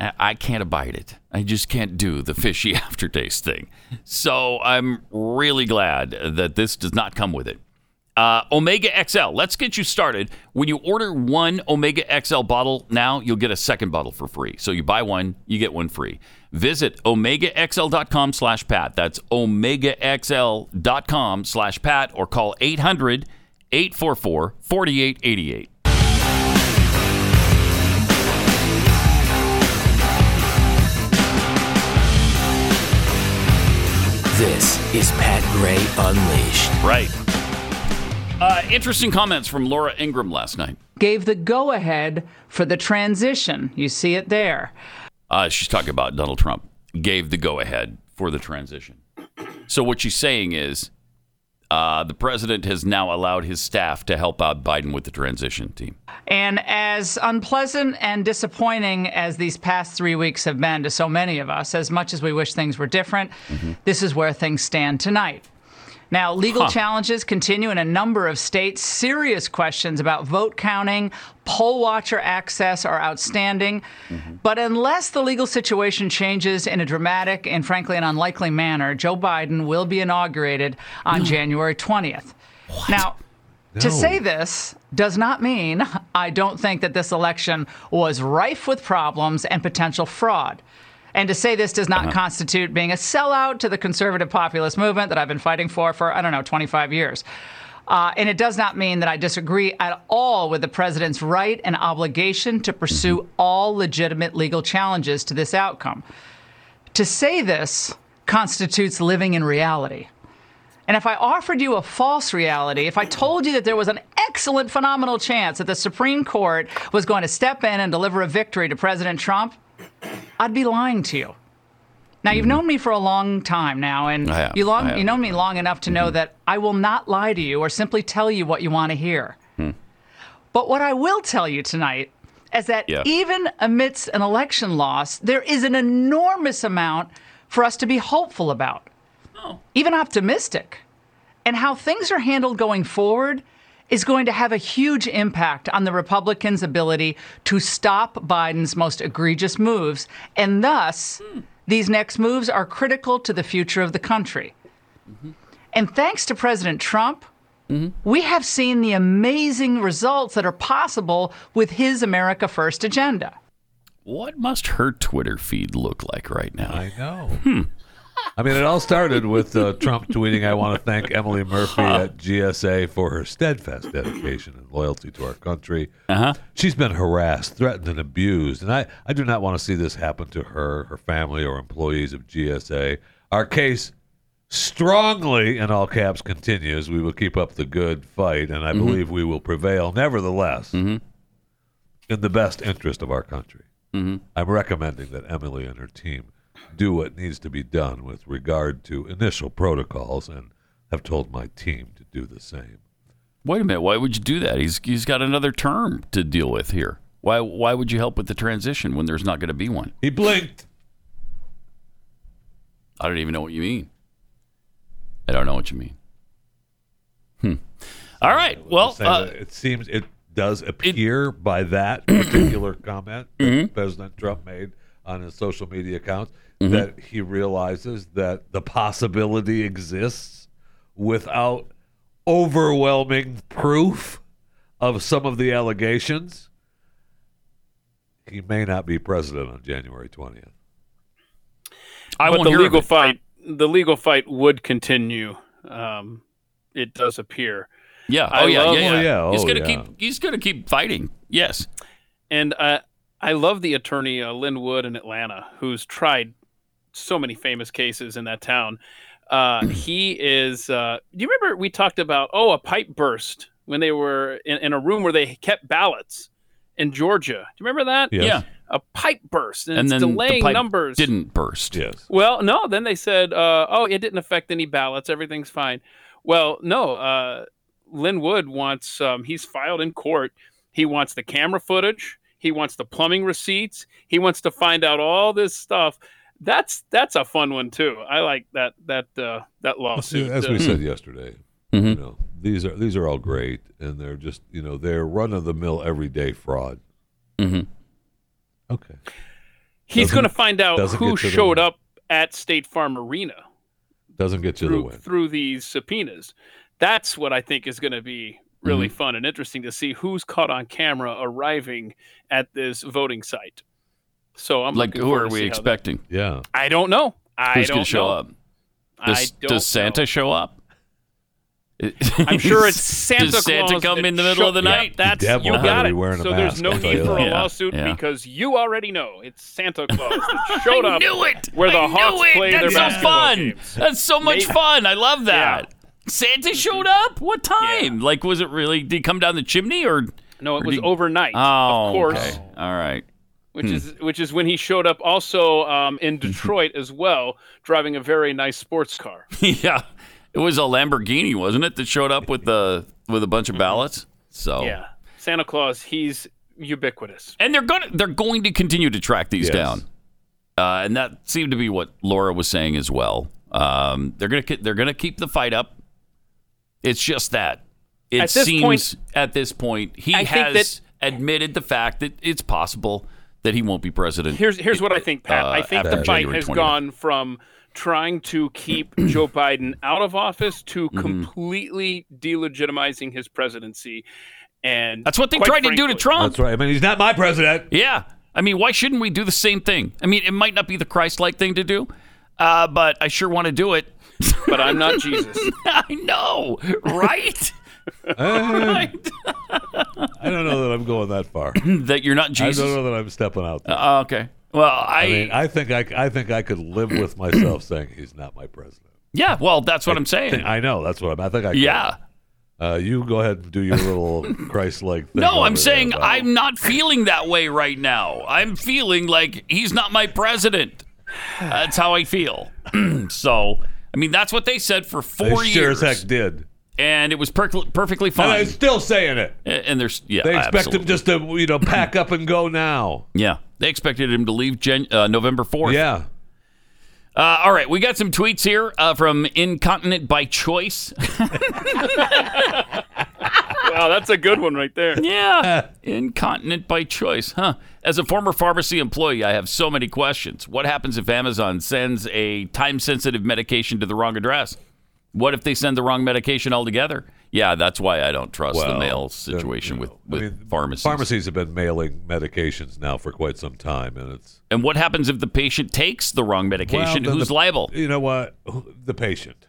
S2: I I can't abide it. I just can't do the fishy [LAUGHS] aftertaste thing. So I'm really glad that this does not come with it. Uh, Omega XL. Let's get you started. When you order one Omega XL bottle now, you'll get a second bottle for free. So you buy one, you get one free. Visit omegaxl.com slash Pat. That's omegaxl.com slash Pat or call 800 844 4888.
S7: This is Pat Gray Unleashed.
S2: Right. Uh, interesting comments from Laura Ingram last night.
S12: gave the go ahead for the transition. You see it there.
S2: Uh, she's talking about Donald Trump gave the go ahead for the transition. So what she's saying is uh, the president has now allowed his staff to help out Biden with the transition team.
S12: And as unpleasant and disappointing as these past three weeks have been to so many of us, as much as we wish things were different, this is where things stand tonight. Now, legal
S13: Huh.
S12: challenges continue in a number of states. Serious questions about vote counting, poll watcher access are outstanding.
S13: Mm-hmm.
S12: But unless the legal situation changes in a dramatic and frankly an unlikely manner, Joe Biden will be inaugurated on January 20th. Now, to
S13: No.
S12: say this does not mean I don't think that this election was rife with problems and potential fraud. And to say this does
S13: Uh-huh.
S12: not constitute being a sellout to the conservative populist movement that I've been fighting for for, I don't know, 25 years. Uh, and it does not mean that I disagree at all with the president's right and obligation to pursue all legitimate legal challenges to this outcome. To say this constitutes living in reality. And if I offered you a false reality, if I told you that there was an excellent, phenomenal chance that the Supreme Court was going to step in and deliver a victory to President Trump, I'd be lying to you. Now you've known me for a long time now, and
S11: I have,
S12: you long
S11: I have. Mm-hmm.
S12: you know me long enough to know that I will not lie to you or simply tell you what you want to hear. But what I will tell you tonight is that
S11: Yeah.
S12: even amidst an election loss, there is an enormous amount for us to be hopeful about, even optimistic. And how things are handled going forward is going to have a huge impact on the Republicans' ability to stop Biden's most egregious moves. And thus, these next moves are critical to the future of the country. And thanks to President Trump, we have seen the amazing results that are possible with his America First agenda.
S2: What must her Twitter feed look like right now? I
S3: know. I mean, it all started with uh, Trump tweeting, I want to thank Emily Murphy at GSA for her steadfast dedication and loyalty to our country. Uh-huh. She's been harassed, threatened, and abused. And I, I do not want to see this happen to her, her family, or employees of GSA. Our case strongly, in all caps, continues. We will keep up the good fight, and I
S13: Mhm.
S3: believe we will prevail, nevertheless, in the best interest of our country. I'm recommending that Emily and her team do what needs to be done with regard to initial protocols and have told my team to do the same.
S2: Wait a minute. Why would you do that? He's he's got another term to deal with here. Why why would you help with the transition when there's not going to be one?
S3: He blinked.
S2: I don't even know what you mean. I don't know what you mean. Hmm. All right. Well,
S3: Say
S2: uh,
S3: that it seems it does appear by that particular comment that President Trump made on his social media accounts
S13: Mhm.
S3: that he realizes that the possibility exists without overwhelming proof of some of the allegations. He may not be president on January 20th.
S2: I
S5: but
S2: won't
S5: the
S2: hear of
S5: legal
S2: it.
S5: fight. The legal fight would continue. Um, it does appear.
S2: yeah.
S5: I
S2: Oh yeah,
S5: love-
S2: yeah. Yeah. he's gonna keep he's gonna keep fighting. Yes.
S5: And uh, I love the attorney uh, Lynn Wood in Atlanta, who's tried so many famous cases in that town. Uh, he is. Uh, do you remember we talked about oh a pipe burst when they were in, in a room where they kept ballots in Georgia? Do you remember that?
S2: Yes. Yeah.
S5: A pipe burst and,
S2: And
S5: it's
S2: then
S5: delaying
S2: the pipe
S5: numbers.
S2: didn't burst.
S3: Yes.
S5: Well, no. Then they said, uh, "Oh, it didn't affect any ballots. Everything's fine." Well, no. Uh, Lynn Wood wants. Um, he's filed in court. He wants the camera footage. He wants the plumbing receipts. He wants to find out all this stuff. That's that's a fun one too. I like that that uh, that lawsuit.
S3: As we
S5: Uh,
S3: said yesterday, you know, these are these are all great, and they're just you know they're run of the mill everyday fraud.
S2: Mm-hmm.
S3: Okay.
S5: he's
S3: Doesn't-
S5: going to find out
S3: doesn't
S5: who
S3: get to the-
S5: showed up at State Farm Arena
S3: Doesn't get you the
S5: through
S3: win.
S5: through these subpoenas. That's what I think is going to be really
S2: Mm-hmm.
S5: fun and interesting to see who's caught on camera arriving at this voting site. So I'm
S2: like
S5: looking
S2: who
S5: forward
S2: are
S5: to
S2: we
S5: see how that-
S2: expecting?
S3: Yeah.
S5: I don't know. I
S2: Who's
S5: don't
S2: gonna show
S5: know.
S2: up?
S5: I
S2: Does,
S5: don't
S2: does Santa show up? [LAUGHS]
S5: I'm sure it's Santa
S2: Does Santa
S5: Claus
S2: come
S5: that
S2: in the middle of the
S5: showed-
S2: night?
S5: Yep, that's you got it. so there's no need for a
S2: Yeah,
S5: lawsuit
S2: yeah.
S5: because you already know it's Santa
S2: [LAUGHS]
S5: Claus that showed up.
S2: knew it.
S5: Where the
S2: I
S5: Hawks
S2: knew it.
S5: play
S2: That's
S5: their
S2: so
S5: basketball
S2: fun.
S5: games.
S2: That's so much
S5: Maybe-
S2: fun. I love that. Santa showed up. What time? Like, was it really? Did he come down the chimney or?
S5: No, it
S2: or
S5: was
S2: did-
S5: overnight,
S2: Oh,
S5: of course.
S2: okay. All right.
S5: which
S2: Hmm.
S5: is which is when he showed up also um,
S2: [LAUGHS]
S5: in Detroit as well, driving a very nice sports car.
S2: [LAUGHS] yeah, it was a Lamborghini, wasn't it? That showed up with the with a bunch of ballots. So
S5: Mm-hmm. Yeah, Santa Claus, he's ubiquitous.
S2: and they're going to they're going to continue to track these
S5: Yes.
S2: down, uh, and that seemed to be what Laura was saying as well. Um, they're gonna ke- they're gonna keep the fight up. It's just that it
S11: At this
S2: seems
S11: point-
S2: at this point he
S5: I think
S2: has admitted the fact that it's possible that he won't be president.
S5: Here's here's what I think, Pat.
S2: uh,
S5: I think
S2: after
S5: the fight
S2: January
S5: has
S2: 20th.
S5: gone from trying to
S2: [CLEARS THROAT]
S5: keep Joe Biden out of office to
S2: Mm-hmm.
S5: completely delegitimizing his presidency, and
S2: That's what they
S5: quite
S2: tried to do to
S5: frankly-
S2: Trump.
S3: That's right. I mean, he's not my president.
S2: Yeah, I mean, why shouldn't we do the same thing? I mean, it might not be the Christ-like thing to do, uh, but I sure want to do it. [LAUGHS]
S5: But I'm not Jesus.
S2: I know, right? [LAUGHS]
S3: I I don't know that I'm going that [CLEARS THROAT] far.
S2: that you're not Jesus?
S3: I don't know that I'm stepping out. There.
S2: Uh, okay. Well, I,
S3: I mean, I think I, I think I could live with [CLEARS THROAT] myself saying he's not my president.
S2: yeah. Well, that's what I, am saying.
S3: I know that's what I'm. I think I. Could.
S2: yeah.
S3: Uh, you go ahead and do
S2: [LAUGHS]
S3: your little Christ-like. thing
S2: No,
S3: over
S2: I'm
S3: there,
S2: saying
S3: but-
S2: I'm not feeling that way right now. I'm feeling like he's not my president. That's how I feel. [CLEARS THROAT] so, I mean, that's what they said for
S3: They
S2: four
S3: Sure
S2: years,
S3: as heck did.
S2: and it was per- perfectly
S3: And
S2: fine.
S3: they're still saying it.
S2: A- and there's yeah,
S3: They expect
S2: absolutely.
S3: him just to you know pack up and go now.
S2: Yeah, they expected him to leave Gen- uh, November 4th.
S3: Yeah.
S2: Uh, all right, we got some tweets here uh, from Incontinent by Choice. [LAUGHS]
S5: Wow, that's a good one right there.
S2: yeah, incontinent by choice, huh? As a former pharmacy employee, I have so many questions. What happens if Amazon sends a time sensitive medication to the wrong address? What if they send the wrong medication altogether? Yeah, that's why I don't trust the
S3: Well, uh,
S2: mail situation with, with pharmacies.
S3: Pharmacies have been mailing medications now for quite some time, and it's
S2: And what happens if the patient takes the wrong medication?
S3: Well, the-
S2: Who's
S3: the-
S2: liable?
S3: You know what? Who- The patient.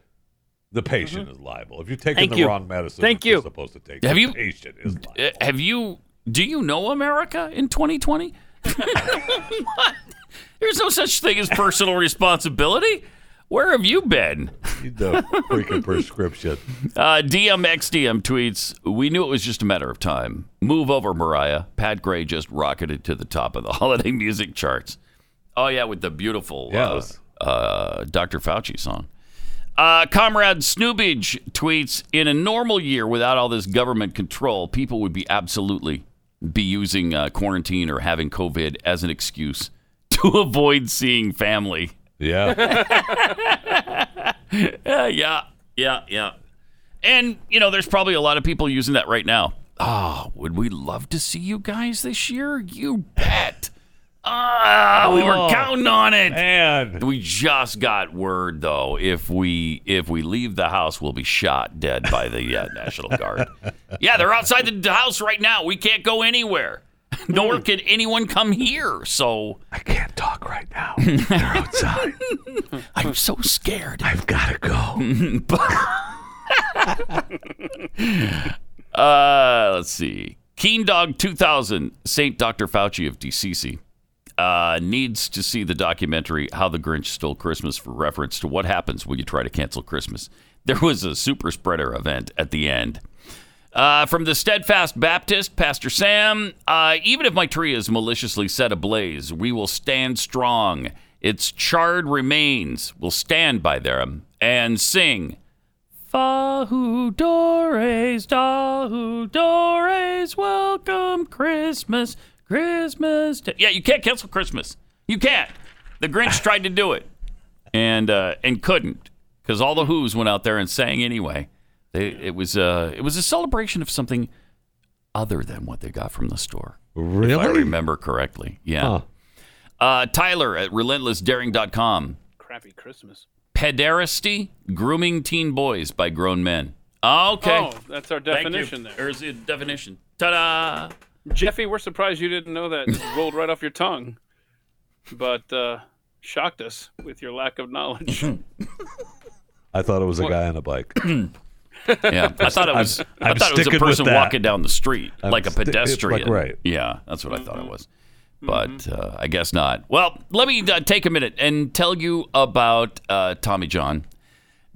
S3: The patient
S2: Mm-hmm.
S3: is liable. If you're taking
S5: Thank
S3: the
S5: you.
S3: wrong medicine,
S5: Thank
S3: that you're
S5: you.
S3: supposed to take.
S2: Have
S3: the
S2: you-
S3: Patient
S2: [LAUGHS]
S3: is liable.
S2: Uh, have you do you know america in [LAUGHS] 2020 there's no such thing as personal responsibility where have you been
S3: You the freaking prescription.
S2: uh, dmxdm tweets we knew it was just a matter of time move over mariah pat gray just rocketed to the top of the [LAUGHS] holiday music charts oh yeah with the beautiful uh,
S3: Yes.
S2: uh, dr fauci song uh, Comrade Snoobage tweets In a normal year without all this government control, people would be absolutely be using uh, quarantine or having COVID as an excuse [LAUGHS] to avoid seeing family. [LAUGHS]
S3: Yeah.
S2: Uh, yeah, yeah, yeah. And, you know, there's probably a lot of people using that right now. Oh, would we love to see you guys this year? You bet. Ah, we were
S3: Oh.
S2: counting on it.
S3: And
S2: We just got word though. If we if we leave the house, we'll be shot dead by the uh, National Guard. Yeah, they're outside the house right now. We can't go anywhere. [LAUGHS] Nor can anyone come here. So
S3: I can't talk right
S2: [LAUGHS]
S3: now. They're outside.
S2: I'm so scared.
S3: I've got to go.
S2: Uh, let's see. Keen Dog 2000, St. Dr. Fauci of DCC, uh, needs to see the documentary How the Grinch Stole Christmas for reference to what happens when you try to cancel Christmas. There was a super spreader event at the end. Uh, from the steadfast Baptist, Pastor Sam, uh, even if my tree is maliciously set ablaze, we will stand strong. Its charred remains will stand by them and sing. Fahu Dores, Dahu Dores, welcome Christmas, Christmas. Day. Yeah, you can't cancel Christmas. You can't. The
S3: [LAUGHS]
S2: Grinch tried to do it and uh, and couldn't because all the Who's went out there and sang anyway. They, it was uh, it was a celebration of something other than what they got from the store.
S3: Really?
S2: If I remember correctly. Yeah.
S3: Huh.
S2: Uh, Tyler at relentlessdaring.com
S5: Crappy Christmas.
S2: pederasty, grooming teen boys by grown men. Ah, Okay.
S5: Oh, that's our
S2: Thank you.
S5: definition there.
S2: There's the definition. Ta-da!
S5: Jeffy, we're surprised you didn't know that. It rolled right off your tongue, but uh, shocked us with your lack of knowledge.
S3: I thought it was a guy on a bike.
S2: [LAUGHS] Yeah, I thought it was. i
S3: I'm
S2: thought it was a
S3: sticking with
S2: person
S3: that.
S2: walking down the street,
S3: I'm
S2: like a
S3: sti- it's like
S2: pedestrian.
S3: right.
S2: Yeah, that's what I thought
S5: Mm-hmm.
S2: it was, but uh, I guess not. Well, let me uh, take a minute and tell you about uh, Tommy John,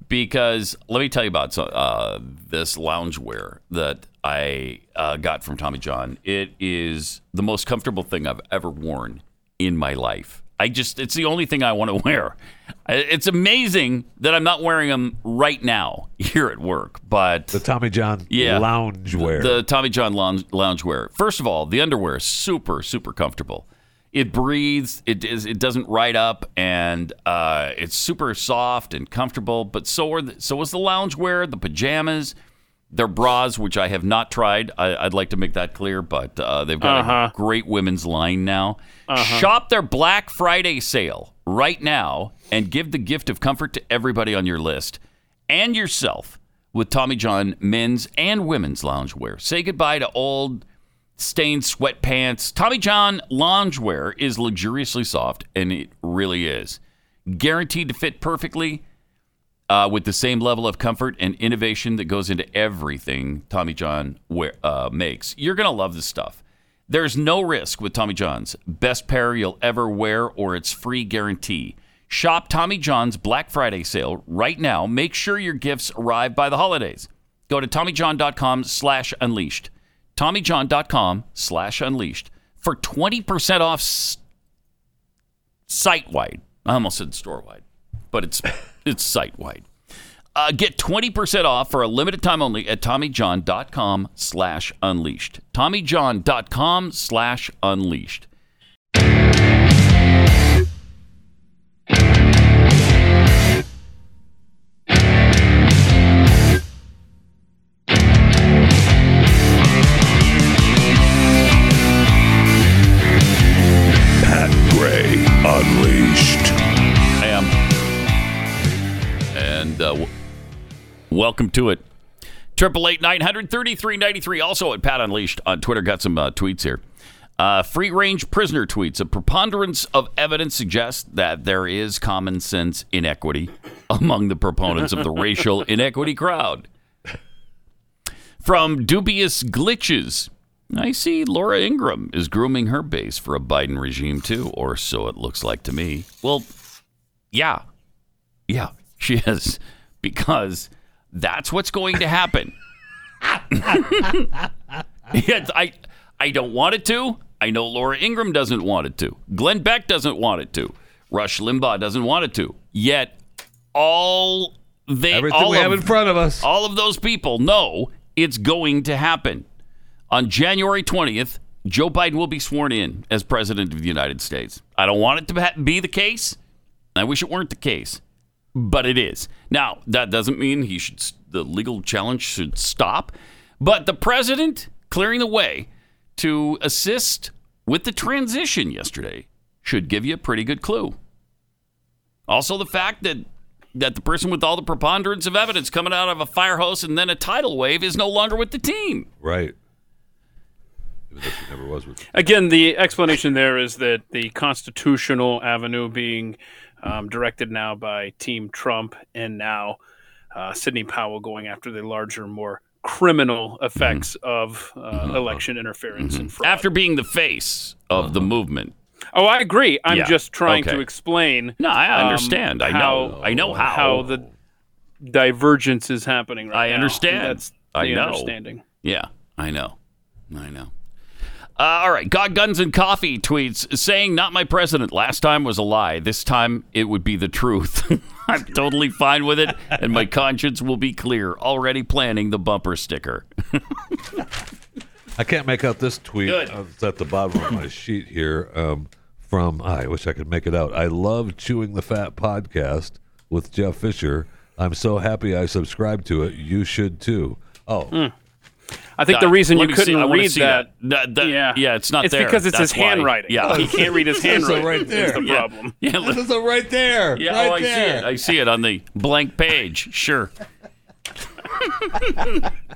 S2: because let me tell you about so- uh, this loungewear that I uh, got from Tommy John. It is the most comfortable thing I've ever worn in my life. I just, it's the only thing I want to wear. I- It's amazing that I'm not wearing them right now [LAUGHS] here at work, but
S3: The Tommy John
S2: Yeah.
S3: loungewear.
S2: the Tommy John lounge, loungewear. First of all, the underwear is super, super comfortable. It breathes. It is. It doesn't ride up, and uh, it's super soft and comfortable. But so are the, so is the loungewear, the pajamas, their bras, which I have not tried. I, I'd like to make that clear, but uh, they've got a great women's line now. Shop their Black Friday sale right now and give the gift of comfort to everybody on your list and yourself with Tommy John men's and women's loungewear. Say goodbye to old stained sweatpants. Tommy John loungewear is luxuriously soft, and it really is. Guaranteed to fit perfectly uh, with the same level of comfort and innovation that goes into everything Tommy John wear, uh, makes. You're going to love this stuff. There's no risk with Tommy John's. Best pair you'll ever wear, or it's free guarantee. Shop Tommy John's Black Friday sale right now. Make sure your gifts arrive by the holidays. Go to TommyJohn.com slash unleashed. TommyJohn.com slash unleashed for 20% off s- site-wide. I almost said store-wide, but it's, it's site-wide. Uh, get 20% off for a limited time only at TommyJohn.com slash unleashed. TommyJohn.com slash unleashed.
S13: Pat Gray Unleashed.
S2: I am. And uh, w- welcome to it. Triple eight nine hundred thirty three ninety three. Also at Pat Unleashed on Twitter. Got some uh, tweets here. Uh, free range prisoner tweets. A preponderance of evidence suggests that there is common sense inequity [LAUGHS] among the proponents of the racial inequity crowd. From dubious glitches, I see Laura Ingram is grooming her base for a Biden regime too, or so it looks like to me. Well, yeah, yeah, she is, because that's what's going to happen. [LAUGHS] Yes, I, I don't want it to. I know Laura Ingram doesn't want it to. Glenn Beck doesn't want it to. Rush Limbaugh doesn't want it to. Yet, all they
S3: Everything
S2: all
S3: we
S2: of,
S3: have in front of us,
S2: all of those people know it's going to happen. On January twentieth, Joe Biden will be sworn in as president of the United States. I don't want it to ha- be the case. I wish it weren't the case, but it is. Now, that doesn't mean he should the legal challenge should stop, but the president clearing the way to assist with the transition yesterday should give you a pretty good clue. Also the fact that that the person with all the preponderance of evidence coming out of a fire hose and then a tidal wave is no longer with the team.
S3: right? Even though she never was with.
S5: Again, the explanation there is that the constitutional avenue being um, directed now by Team Trump and now uh, Sidney Powell going after the larger, more criminal effects of uh, election interference and fraud.
S2: After being the face of the movement.
S5: Oh, I agree. I'm
S2: Yeah,
S5: just trying
S2: okay.
S5: to explain.
S2: No, I
S5: um,
S2: understand. I
S5: how-
S2: know. I know how.
S5: the divergence is happening right
S2: I
S5: now.
S2: understand.
S5: That's the
S2: I know.
S5: understanding.
S2: Yeah, I know. I know. Uh, all right. God, Guns, and Coffee tweets saying, Not my president. Last time was a lie. This time it would be the truth. [LAUGHS] I'm totally fine with it, and my conscience will be clear. Already planning the bumper sticker.
S3: I can't make out this tweet. Uh, It's at the bottom of my sheet here. Um, from I wish I could make it out. I love chewing the fat podcast with Jeff Fisher. I'm so happy I subscribed to it. You should too. Oh,
S2: Hmm.
S5: I think the reason
S3: let
S5: you
S3: me see-
S5: couldn't
S3: I wanna
S5: read
S3: see
S5: that,
S3: that.
S5: yeah,
S2: yeah, it's not
S5: It's
S2: there.
S5: because it's
S2: That's
S5: his
S2: why.
S5: handwriting.
S2: Yeah.
S5: [LAUGHS] he can't
S2: [LAUGHS]
S5: read his
S2: This is
S5: handwriting.
S2: right
S5: Is
S2: there. [LAUGHS]
S5: the
S2: Yeah.
S5: problem.
S2: Yeah,
S3: this is a right there.
S2: Yeah,
S3: right
S2: oh, I see
S3: there.
S2: it. I see it on the blank page.
S3: [LAUGHS]
S2: Sure.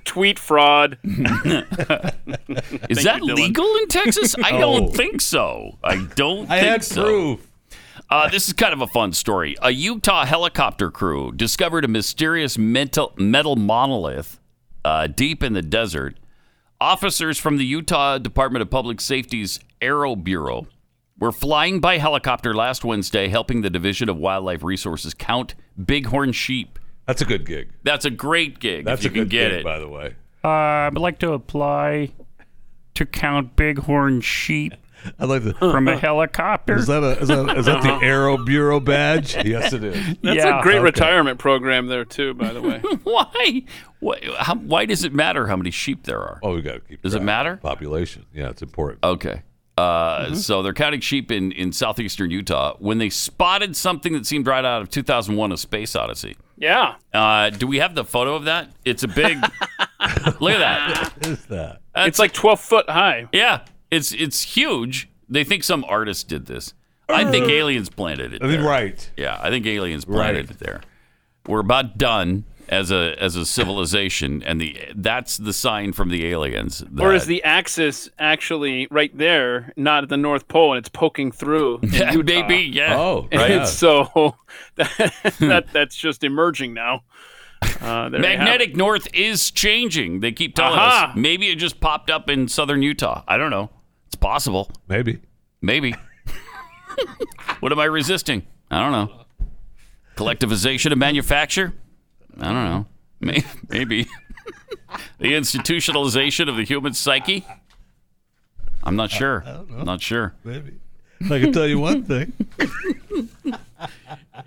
S5: Tweet fraud.
S2: Is that legal in Texas?
S3: [LAUGHS]
S2: I don't think so. I don't
S5: I
S2: think
S5: had
S2: so.
S5: proof.
S2: Uh, this is kind of a fun story. A Utah helicopter crew discovered a mysterious mental, metal monolith uh, deep in the desert. Officers from the Utah Department of Public Safety's Aero Bureau were flying by helicopter last Wednesday, helping the Division of Wildlife Resources count bighorn sheep.
S3: That's a good gig.
S2: That's a great gig.
S3: That's
S2: if you can
S3: a good
S2: get
S3: gig,
S2: it.
S3: by the way.
S11: Uh, I'd like to apply to count bighorn sheep
S3: I like the
S11: from a helicopter.
S3: Is that a is that, is that
S2: Uh-huh.
S3: the Aero
S2: [LAUGHS]
S3: Bureau badge? Yes, it is.
S5: That's
S11: Yeah.
S5: a great
S11: Okay.
S5: retirement program there too, by
S2: [LAUGHS]
S5: the way.
S2: why? Why, how, why does it matter how many sheep there are?
S3: Oh, we got to keep.
S2: Does it matter?
S3: Population. Yeah, it's important.
S2: Okay. Uh,
S3: Mm-hmm.
S2: So they're counting sheep in, in southeastern Utah when they spotted something that seemed right out of 2001 A Space Odyssey.
S5: Yeah.
S2: Uh, do we have the photo of that? It's a
S3: [LAUGHS]
S2: big. look at that.
S3: Is that?
S2: uh,
S5: it's like 12 foot high.
S2: Yeah. It's it's huge. They think some artist did this. I think aliens planted it.
S3: Uh, I think
S2: there.
S3: right.
S2: Yeah, I think aliens planted it there. We're about done. as a as a civilization, and the that's the sign from the aliens. That,
S5: Or is the axis actually right there, not at the North Pole, and it's
S2: [LAUGHS]
S5: poking through? in
S2: Yeah,
S5: Utah?
S2: maybe, yeah. Hmm. Oh,
S5: And
S2: right.
S5: So [LAUGHS] that, that that's just emerging now. Uh, there you have it.
S2: magnetic north is changing? They keep telling
S5: Aha.
S2: us. Maybe it just popped up in southern Utah. I don't know. It's possible.
S3: Maybe.
S2: Maybe. what am I resisting? I don't know. Collectivization of manufacture? I don't know. May- Maybe. the institutionalization of the human psyche? I'm not sure. I'm not sure.
S3: Maybe. I can tell you [LAUGHS] one thing.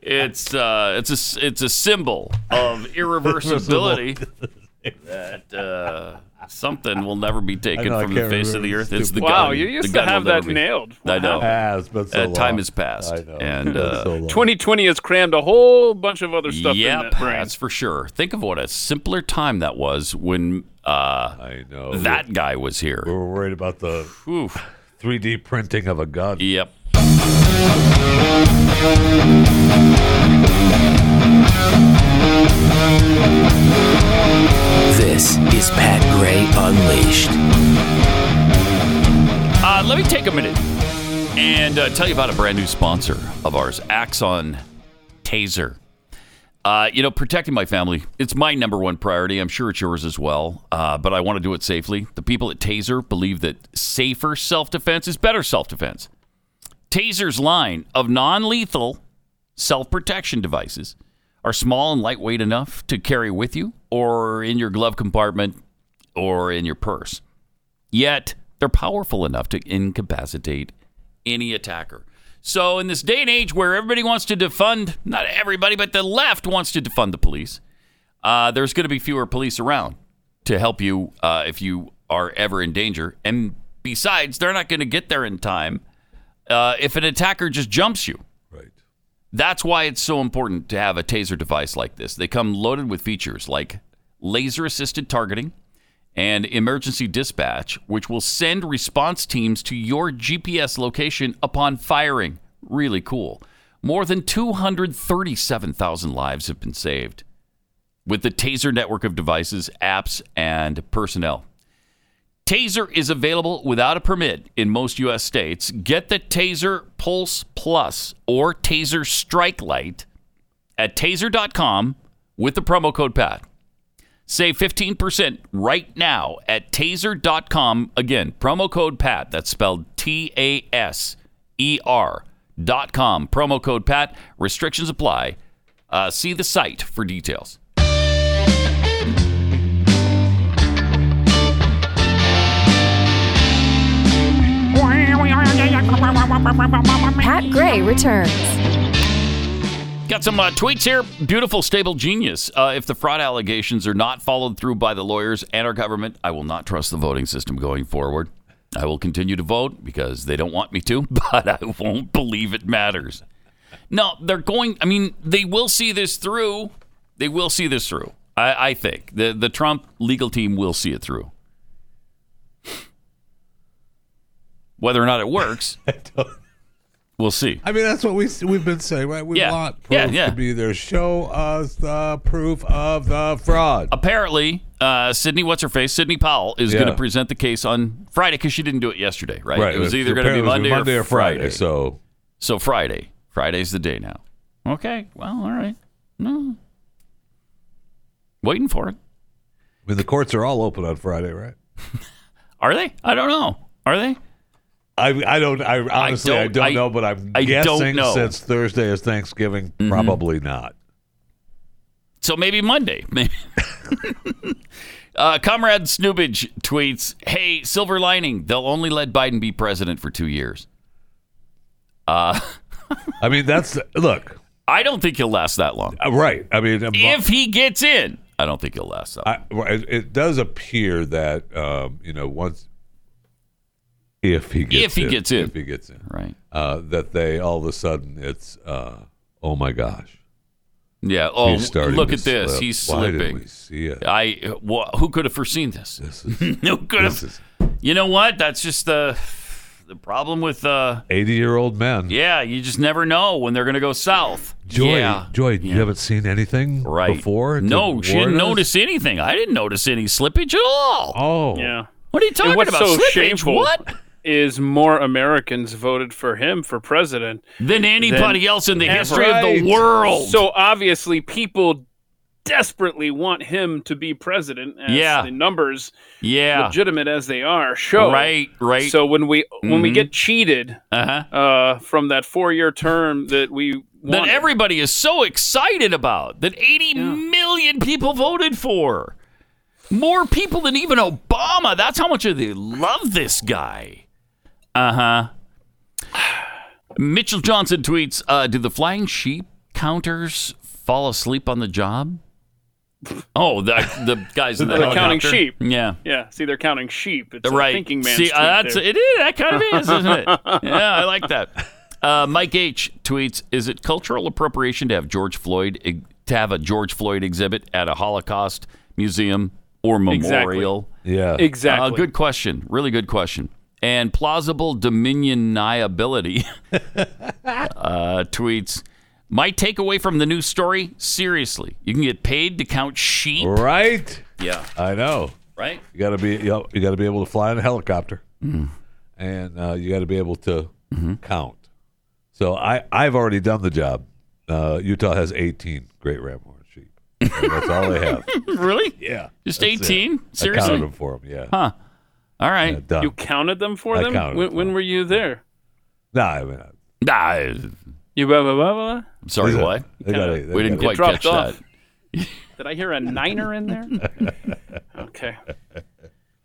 S2: It's uh, it's a s- it's a symbol
S3: [LAUGHS]
S2: of irreversibility that uh, something will never be
S3: I
S2: taken
S3: know, I
S2: from the
S3: can't
S2: face of
S3: remember.
S2: the earth. It's the
S5: Wow,
S2: gun.
S5: you used
S2: The
S5: to
S2: gun will
S5: have
S2: never
S5: that
S2: be-
S5: nailed.
S2: I
S5: Wow.
S2: know.
S5: Ah,
S3: it's been so
S2: Uh, Time
S3: long.
S2: has passed.
S3: I know.
S2: And
S3: It's been
S2: uh,
S3: so long.
S5: 2020 has crammed a whole bunch of other stuff in
S2: Yep,
S5: that brain.
S2: that's for sure. Think of what a simpler time that was when uh, I
S3: know
S2: that guy was here.
S3: We were worried about the 3D printing of a gun.
S2: Yep.
S7: This is Pat Gray Unleashed.
S2: Uh, let me take a minute and uh, tell you about a brand new sponsor of ours, Axon Taser. Uh, you know, protecting my family, it's my number one priority. I'm sure it's yours as well, uh, but I want to do it safely. The people at Taser believe that safer self defense is better self defense. Taser's line of non lethal self protection devices are small and lightweight enough to carry with you or in your glove compartment or in your purse. Yet, they're powerful enough to incapacitate any attacker. So, in this day and age where everybody wants to defund, not everybody, but the left wants to defund the police, uh, there's going to be fewer police around to help you uh, if you are ever in danger. And besides, they're not going to get there in time uh, if an attacker just jumps you.
S3: [LAUGHS]
S2: That's why it's so important to have a taser device like this. They come loaded with features like laser assisted targeting and emergency dispatch, which will send response teams to your GPS location upon firing. Really cool. More than 237,000 lives have been saved with the Taser network of devices, apps, and personnel. Taser is available without a permit in most U.S. states. Get the Taser Pulse Plus or Taser Strike Light at taser.com with the promo code PAT. Save 15% right now at taser.com. Again, promo code PAT. That's spelled T A S E R dot com. Promo code PAT. Restrictions apply. Uh, see the site for details.
S1: Pat Gray returns.
S2: Got some uh, tweets here. Beautiful, stable genius. Uh, if the fraud allegations are not followed through by the lawyers and our government, I will not trust the voting system going forward. I will continue to vote because they don't want me to, [LAUGHS] but I won't believe it matters. No, they're going. I mean, they will see this through. They will see this through. I, I think the the Trump legal team will see it through. Whether or not it works, we'll see.
S3: I mean, that's what we we've been saying, right? We
S2: Yeah.
S3: want proof
S2: Yeah, yeah.
S3: to be there. Show us the proof of the fraud.
S2: apparently, uh, Sydney, what's her face? Sydney Powell is going
S3: Yeah.
S2: to present the case on Friday because she didn't do it yesterday, right?
S3: Right,
S2: It was
S3: it-
S2: either going to
S3: apparently
S2: be Monday,
S3: it was Monday
S2: or,
S3: or Friday,
S2: So, so Friday. Friday's the day now. Okay. Well, all right. No. Waiting for it.
S3: I mean, the courts are all open on Friday, right?
S2: Are they? I don't know. Are they?
S3: I I don't. I honestly I don't,
S2: don't- I-
S3: know, but I'm
S2: I don't
S3: guessing
S2: know. Mm-hmm.
S3: since Thursday is Thanksgiving, probably not.
S2: So maybe Monday. [LAUGHS] Maybe. uh, Comrade Snoobage tweets, "Hey, silver lining. They'll only let Biden be president for two years." Uh,
S3: I mean, that's look.
S2: I don't think he'll last that long.
S3: Uh, Right. I mean, a mo-
S2: If he gets in, I don't think he'll last that long.
S3: I, well, it, it does appear that um, you know once if he gets
S2: If he
S3: in,
S2: gets in.
S3: if he gets in,
S2: right?
S3: Uh, that they all of a sudden it's uh, oh my gosh.
S2: Yeah. Oh,
S3: He's starting
S2: look
S3: to
S2: at this.
S3: slip.
S2: He's
S3: Why
S2: slipping.
S3: didn't we see it?
S2: I. [LAUGHS] wha who could have foreseen this?
S3: This is-
S2: who could
S3: this
S2: have?
S3: is-
S2: You know what? That's just the. the problem with uh,
S3: 80 year old men.
S2: yeah, you just never know when they're going to go south.
S3: Joy,
S2: yeah.
S3: Joy, you haven't seen anything
S2: Right.
S3: before? to
S2: No, she
S3: warn
S2: didn't
S3: us?
S2: notice anything. I didn't notice any slippage at all.
S3: Oh.
S5: Yeah.
S2: What are you talking
S5: and what's
S2: about?
S5: so
S2: Slippage?
S5: shameful
S2: What?
S5: is more Americans voted for him for president
S2: Than anybody else in the history of the
S5: Right.
S2: world.
S5: So obviously, people desperately want him to be president. As
S2: Yeah.
S5: the numbers,
S2: Yeah.
S5: legitimate as they are, show
S2: Right, right.
S5: So when we when we
S2: Mhm.
S5: get cheated
S2: Uh-huh.
S5: uh, from that four year term that we
S2: that
S5: wanted,
S2: everybody is so excited about that 80 million people voted for. More people than even Obama. That's how much they love this guy. Uh huh. [SIGHS] Mitchell Johnson tweets uh, Do the flying sheep counters fall asleep on the job? Oh, the, the
S5: [LAUGHS]
S2: guys in the
S5: They're counting
S2: helicopter?
S5: sheep.
S2: Yeah.
S5: yeah. See, they're counting sheep. It's a
S2: right.
S5: thinking man's
S2: See, uh, that's
S5: tweet there.
S2: it. Is that kind of is, isn't it? Yeah, I like that. Uh, Mike H tweets: Is it cultural appropriation to have George Floyd e-, to have a George Floyd exhibit at a Holocaust museum or memorial?
S3: Exactly. Yeah.
S5: Exactly.
S2: Uh, good question. Really good question. And plausible dominionability [LAUGHS] uh, tweets. My takeaway from the news story: Seriously, you can get paid to count sheep.
S3: Right?
S2: Yeah.
S3: I know.
S2: Right?
S3: You got to be you, you got to be able to fly in a helicopter, and uh, you got to be able to count. So I I've already done the job. Uh, Utah has 18 great ram horn sheep. And that's all they have.
S2: really?
S3: Yeah.
S2: Just
S3: That's it.
S2: eighteen? Seriously?
S3: I counted them for them. Yeah.
S2: Huh. All right.
S3: done.
S5: You counted them for
S3: I
S5: them.
S3: counted
S5: when,
S3: them.
S5: when were you there?
S3: Nah, I mean, I-
S2: Nah,
S5: You blah blah blah blah.
S2: I'm Ah, sorry,
S3: They-
S2: what?
S3: they got it. They
S2: we didn't
S3: got
S2: quite
S3: it.
S2: catch
S5: Dropped off.
S2: that.
S5: Did I hear a niner
S3: [LAUGHS]
S5: in there? okay.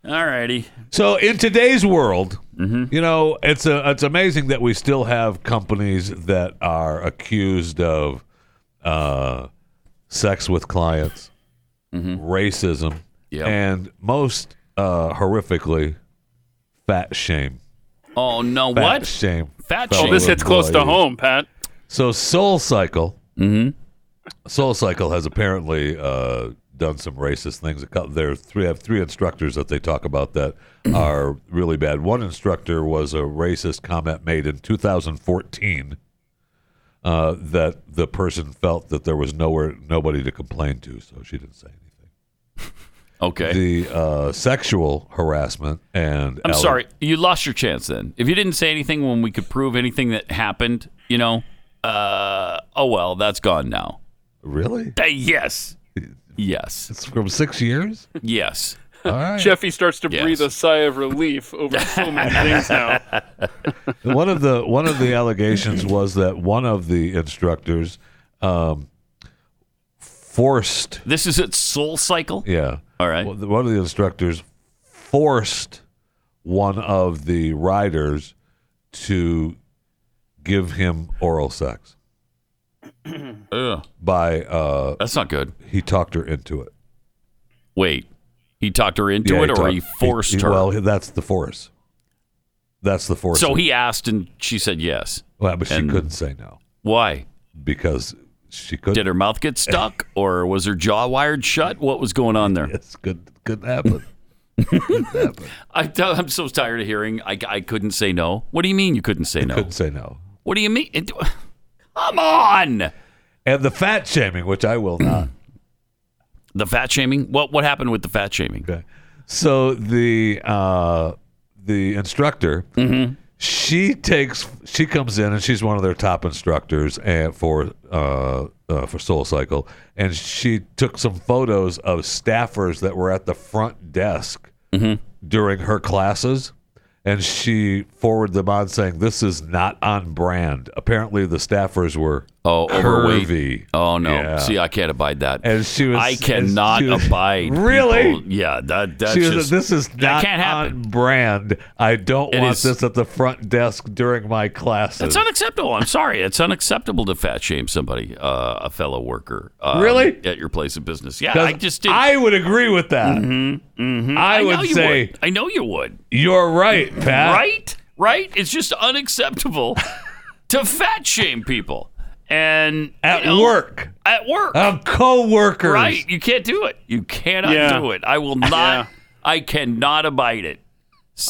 S3: Oh,
S2: All righty.
S3: So in today's world, you know, it's a, it's amazing that we still have companies that are accused of uh, sex with clients, racism,
S2: Yep.
S3: and most uh, horrifically, fat shame.
S2: Oh no,
S3: Fat
S2: what?
S3: shame.
S2: Fat
S5: Well,
S2: shame.
S5: Oh, this hits close to
S3: Employees.
S5: home, Pat.
S3: So Soul Cycle, mm-hmm. Soul Cycle has apparently uh, done some racist things. A couple, there are three have three instructors that they talk about that
S2: [CLEARS THROAT]
S3: are really bad. One instructor was a racist comment made in 2014 uh, that the person felt that there was nowhere nobody to complain to, so she didn't say anything.
S2: Okay.
S3: The uh, sexual harassment and
S2: I'm
S3: alle-
S2: sorry. You lost your chance then. If you didn't say anything when we could prove anything that happened, you know, uh, oh well, that's gone now.
S3: Really?
S2: Uh, yes. Yes.
S3: It's from six
S2: [LAUGHS]
S3: years.
S2: Yes.
S3: All right.
S5: Jeffy starts to
S2: Yes.
S5: breathe a sigh of relief over
S2: [LAUGHS]
S5: so many things now.
S3: one of the one of the allegations was that one of the instructors um, forced
S2: This is its soul cycle.
S3: yeah
S2: All right.
S3: one one of the instructors forced one of the riders to give him oral sex
S2: Ugh,
S3: by uh,
S2: that's not good.
S3: he talked her into it
S2: Wait. He talked her into
S3: Yeah,
S2: it, or
S3: talked-
S2: he forced
S3: he-
S2: her.
S3: well that's the force that's the force
S2: so he asked, and she said yes.
S3: well, but she
S2: and-
S3: couldn't say no
S2: Why?
S3: because she couldn't
S2: Did her mouth get
S3: [LAUGHS]
S2: stuck, or was her jaw wired shut? What was going on there?
S3: yes couldn't
S2: [LAUGHS]
S3: couldn't happen
S2: I, am so tired of hearing I, I couldn't say no. What do you mean you couldn't say no?
S3: couldn't say no
S2: What do you mean? It- come on.
S3: and the fat shaming, which I will
S2: [CLEARS THROAT]
S3: not.
S2: The fat shaming. What what happened with the fat shaming?
S3: okay. So the uh, the instructor,
S2: Mm-hmm.
S3: she takes she comes in and she's one of their top instructors and for uh, uh, for Soul Cycle, and she took some photos of staffers that were at the front desk
S2: Mm-hmm.
S3: during her classes. And she forwarded them on saying, This is not on brand. Apparently, the staffers were
S2: Oh, overweight.
S3: curvy.
S2: Oh no.
S3: Yeah.
S2: See, I can't abide that.
S3: And she was-
S2: I
S3: and
S2: cannot
S3: she was-
S2: abide.
S3: [LAUGHS] Really?
S2: people- Yeah. That that's
S3: She was-
S2: just
S3: this is
S2: that
S3: not
S2: can't happen.
S3: on brand. I don't
S2: It
S3: want
S2: is-
S3: this at the front desk during my classes.
S2: That's unacceptable. I'm sorry. It's unacceptable to fat shame somebody, uh, a fellow worker. um,
S3: Really?
S2: At your place of business. Yeah.
S3: 'Cause
S2: I just did.
S3: I would agree with that. I,
S2: know
S3: would
S2: you
S3: say
S2: would. I know you would.
S3: you're right, Pat.
S2: right? Right? It's just unacceptable to fat shame people. And
S3: at
S2: you know,
S3: work.
S2: At work.
S3: Of coworkers.
S2: right. You can't do it. You cannot
S5: Yeah.
S2: do it. I will not I cannot abide it.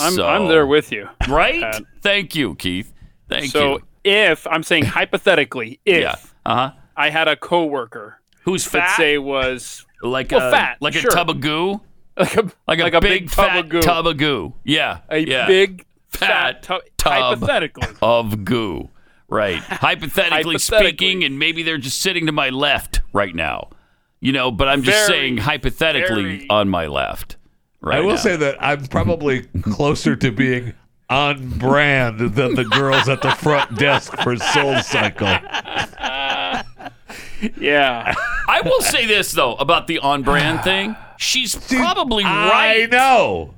S5: I'm, I'm there with you.
S2: Right?
S5: Pat.
S2: Thank you, Keith. Thank
S5: so
S2: you.
S5: if I'm saying hypothetically, if
S2: Yeah. Uh huh.
S5: I had a coworker
S2: who's fat?
S5: say was
S2: Like
S5: well,
S2: a
S5: fat,
S2: like
S5: sure.
S2: a tub of goo. [LAUGHS] Like
S5: a
S2: like a,
S5: like a
S2: big,
S5: big tub
S2: fat
S5: of goo.
S2: tub of goo. Yeah.
S5: a
S2: yeah.
S5: big
S2: fat
S5: tub,
S2: tub [LAUGHS]
S5: hypothetically.
S2: of goo.
S5: [LAUGHS]
S2: Right. Hypothetically speaking, and maybe they're just sitting to my left right now. You know, but I'm just
S5: Very,
S2: saying hypothetically on my left. Right.
S3: I will
S2: now.
S3: say that I'm probably closer to being on brand than the girls at the front desk for Soul Cycle.
S2: [LAUGHS]
S5: Yeah.
S2: [LAUGHS] I will say this though about the on
S3: [SIGHS]
S2: brand thing. She's probably right.
S3: I know.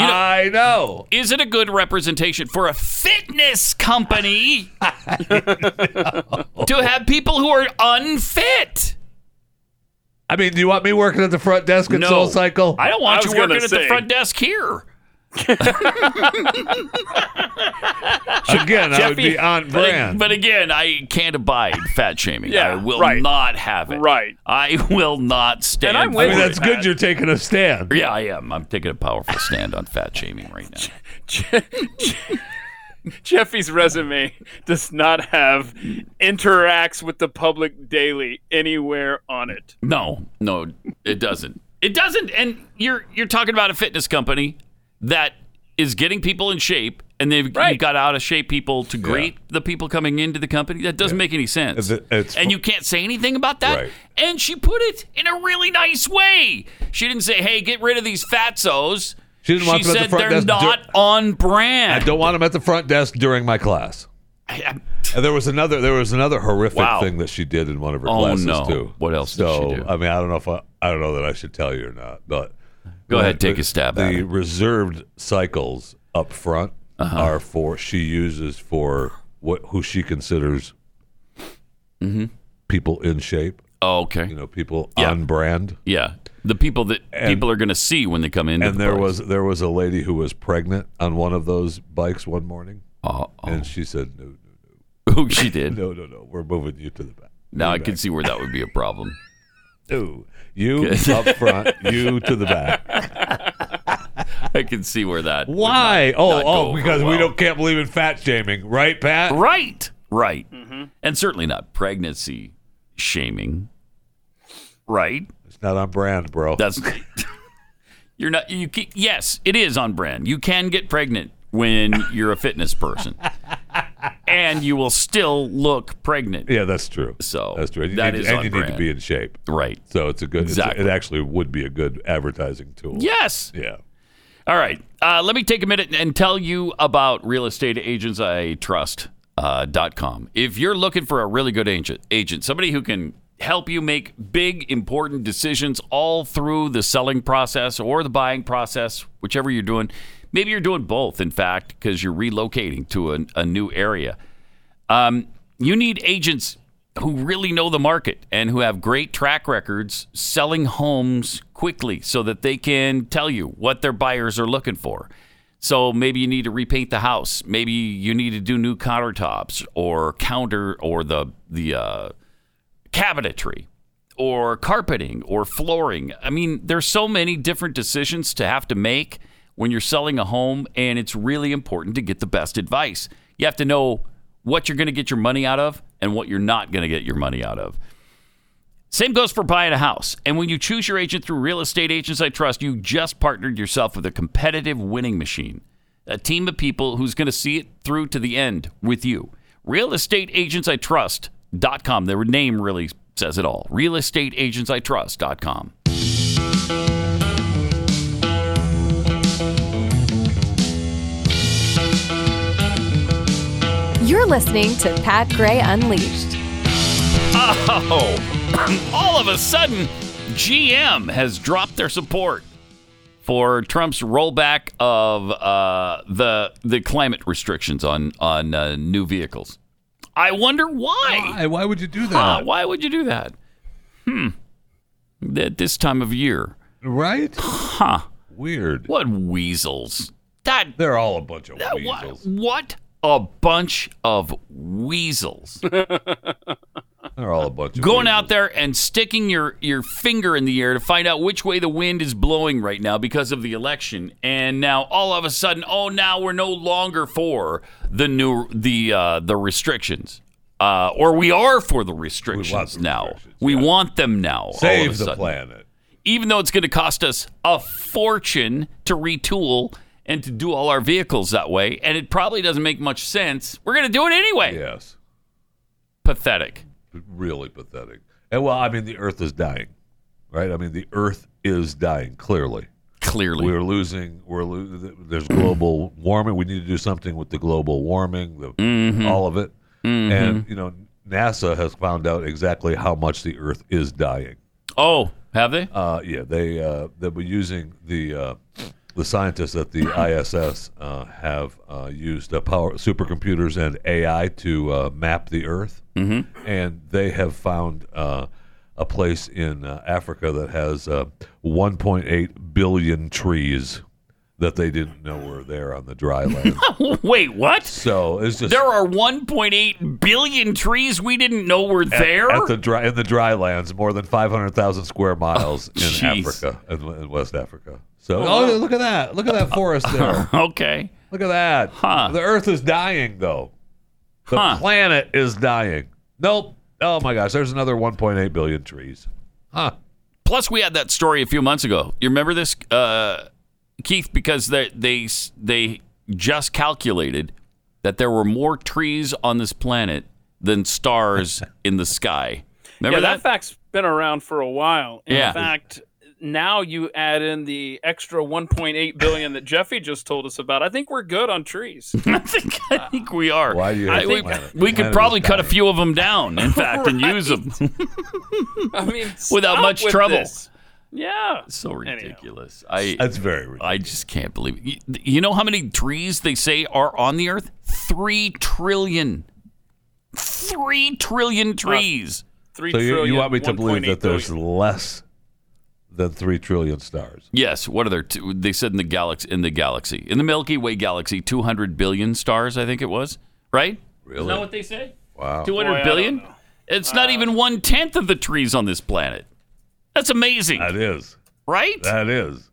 S3: I know.
S2: Is it a good representation for a fitness
S3: [LAUGHS]
S2: company to have people who are unfit?
S3: I mean, do you want me working at the front desk at
S2: No.
S3: Soul Cycle?
S2: I don't want
S5: I
S2: you
S5: was
S2: working
S5: gonna
S2: at the
S5: say.
S2: front desk here.
S3: Again, I would be on
S2: But,
S3: brand.
S2: but again, I can't abide fat shaming.
S5: Yeah,
S2: I will
S5: right.
S2: not have it.
S5: Right.
S2: I will not stand.
S5: I'm
S2: for
S5: with
S3: I mean,
S2: it.
S3: that's good. You're taking a stand.
S2: Yeah, I am. I'm taking a powerful stand on fat shaming right now.
S5: Jeffy's resume does not have interacts with the public daily anywhere on it.
S2: No, no, it doesn't. It doesn't. And you're you're talking about a fitness company that is getting people in shape, and they've you've got out of shape people to greet the people coming into the company. That doesn't make any sense.
S3: It's- it's-
S2: and you can't say anything about that.
S3: Right.
S2: And she put it in a really nice way. She didn't say, "Hey, get rid of these fatsos."
S3: She didn't want them at the
S2: said they're
S3: front desk.
S2: not on brand.
S3: I don't want them at the front desk during my class.
S2: I-
S3: And there was another there was another horrific
S2: Wow.
S3: thing that she did in one of her
S2: Oh,
S3: classes
S2: no.
S3: too.
S2: What else did
S3: So
S2: she do?
S3: I mean, I don't know if I, I don't know that I should tell you or not, but
S2: Go ahead,
S3: the-
S2: take a stab
S3: The
S2: at it. Uh-huh.
S3: reserved cycles up front are for she uses for what who she considers
S2: Mm-hmm.
S3: people in shape,
S2: Oh, okay.
S3: you know, people
S2: Yeah.
S3: on brand.
S2: Yeah, the people that
S3: And-
S2: people are going to see when they come in.
S3: and there was there was a lady who was pregnant on one of those bikes one morning,
S2: oh,
S3: and she said, "No,
S2: oh, [LAUGHS] she did.
S3: [LAUGHS] no, no, no, we're moving you to the back."
S2: Now I can see where that would be a problem.
S3: [LAUGHS] Ooh, you up front, you to the
S2: [LAUGHS]
S3: back.
S2: I can see where that. would
S3: Why?
S2: not-
S3: Oh,
S2: not go
S3: oh,
S2: over
S3: because we
S2: well.
S3: don't can't believe in fat shaming, right, Pat?
S2: Right, right, and certainly not pregnancy shaming. Right.
S3: It's not on brand, bro.
S2: That's. [LAUGHS] you're not. You can, yes, it is on brand. You can get pregnant when you're a fitness person, and you will still look pregnant.
S3: yeah, that's true.
S2: So
S3: that's true. And you
S2: that
S3: need,
S2: is
S3: and
S2: on
S3: you need
S2: brand.
S3: to be in shape,
S2: Right.
S3: so it's a good. it's a-
S2: Exactly.
S3: it actually would be a good advertising tool.
S2: Yes.
S3: Yeah.
S2: All right. Uh, let me take a minute and tell you about realestateagentsitrust.com. uh, If you're looking for a really good agent, agent, somebody who can help you make big, important decisions all through the selling process or the buying process, whichever you're doing. Maybe you're doing both, in fact, because you're relocating to a, a new area. Um, you need agents who really know the market and who have great track records selling homes quickly so that they can tell you what their buyers are looking for. So maybe you need to repaint the house. Maybe you need to do new countertops or counter or the the uh, cabinetry or carpeting or flooring. I mean, there's so many different decisions to have to make when you're selling a home, and it's really important to get the best advice. You have to know what you're going to get your money out of and what you're not going to get your money out of. Same goes for buying a house. And when you choose your agent through Real Estate Agents I Trust, you just partnered yourself with a competitive winning machine, a team of people who's going to see it through to the end with you. RealestateAgentsITrust.com. Their name really says it all. RealestateAgentsITrust.com.
S4: You're listening to Pat Gray Unleashed.
S2: Oh, all of a sudden, GM has dropped their support for Trump's rollback of uh, the the climate restrictions on on uh, new vehicles. I wonder why.
S3: Why? Why would you do that?
S2: Huh, why would you do that? Hmm. At this time of year,
S3: Right?
S2: huh?
S3: Weird.
S2: What weasels? That
S3: They're all a bunch of
S2: that- wha-
S3: weasels.
S2: What, a bunch of weasels.
S3: They're all a bunch of
S2: Going out there and sticking your, your finger in the air to find out which way the wind is blowing right now because of the election. And now all of a sudden, oh, now we're no longer for the new the uh, the restrictions. Uh, or we are for the restrictions now. we want them now. all of
S3: Save
S2: a
S3: the
S2: sudden.
S3: planet.
S2: Even though it's going to cost us a fortune to retool and to do all our vehicles that way, and it probably doesn't make much sense, we're going to do it anyway.
S3: Yes.
S2: Pathetic.
S3: really pathetic. And well, I mean, the Earth is dying, right? I mean, the Earth is dying. Clearly,
S2: clearly,
S3: we're losing. We're lo- there's global warming. We need to do something with the global warming, the,
S2: Mhm.
S3: all of it.
S2: Mhm.
S3: And you know, NASA has found out exactly how much the Earth is dying.
S2: Oh, have
S3: [LAUGHS]
S2: they?
S3: Uh, yeah, they uh, they were using the uh, the scientists at the ISS uh, have uh, used uh, power supercomputers and AI to uh, map the Earth,
S2: Mhm.
S3: and they have found uh, a place in uh, Africa that has uh, 1.8 billion trees that they didn't know were there on the dry land.
S2: Wait, what?
S3: so it's just
S2: There are 1.8 billion trees we didn't know were
S3: at-
S2: there.
S3: at the dry in the dry lands, more than 500,000 square miles in
S2: Jeez.
S3: Africa, in, in West Africa. So,
S2: Oh.
S3: oh, look at that! Look at that forest there.
S2: okay.
S3: [LAUGHS] Look at that.
S2: Huh.
S3: The Earth is dying, though. The
S2: Huh.
S3: planet is dying. Nope. Oh my gosh, there's another 1.8 billion trees. Huh.
S2: Plus, we had that story a few months ago. You remember this, uh, Keith? Because they they they just calculated that there were more trees on this planet than stars in the sky. Remember
S5: yeah,
S2: that?
S5: that? fact's been around for a while. In
S2: Yeah.
S5: fact, now you add in the extra 1.8 billion that Jeffy just told us about. I think we're good
S2: [LAUGHS]
S5: on trees.
S2: I think I think we are.
S3: Why do you?
S2: I-
S5: hate
S2: we,
S5: the planet?
S2: we
S5: The
S2: could
S5: planet
S2: probably
S5: is
S2: cut a few of them down, in fact, and use them
S5: I mean,
S2: without
S5: stop
S2: much
S5: with
S2: trouble.
S5: this. Yeah.
S2: So ridiculous. I that's
S3: very.
S2: I just can't believe. It. You, you know how many trees they say are on the Earth? Three trillion. Three trillion trees.
S5: Three
S3: so
S5: trillion.
S3: you, you want me to
S5: 1.8
S3: believe that there's
S5: billion.
S3: less than three trillion stars?
S2: Yes. What are there? Two, they said in the galaxy, in the galaxy, in the Milky Way galaxy, two hundred billion stars. I think it was right.
S3: Really?
S2: Isn't that what they say?
S3: Wow.
S2: Two
S5: Boy, I
S2: hundred billion. It's not even one tenth of the trees on this planet. That's amazing.
S3: That is.
S2: Right?
S3: That is.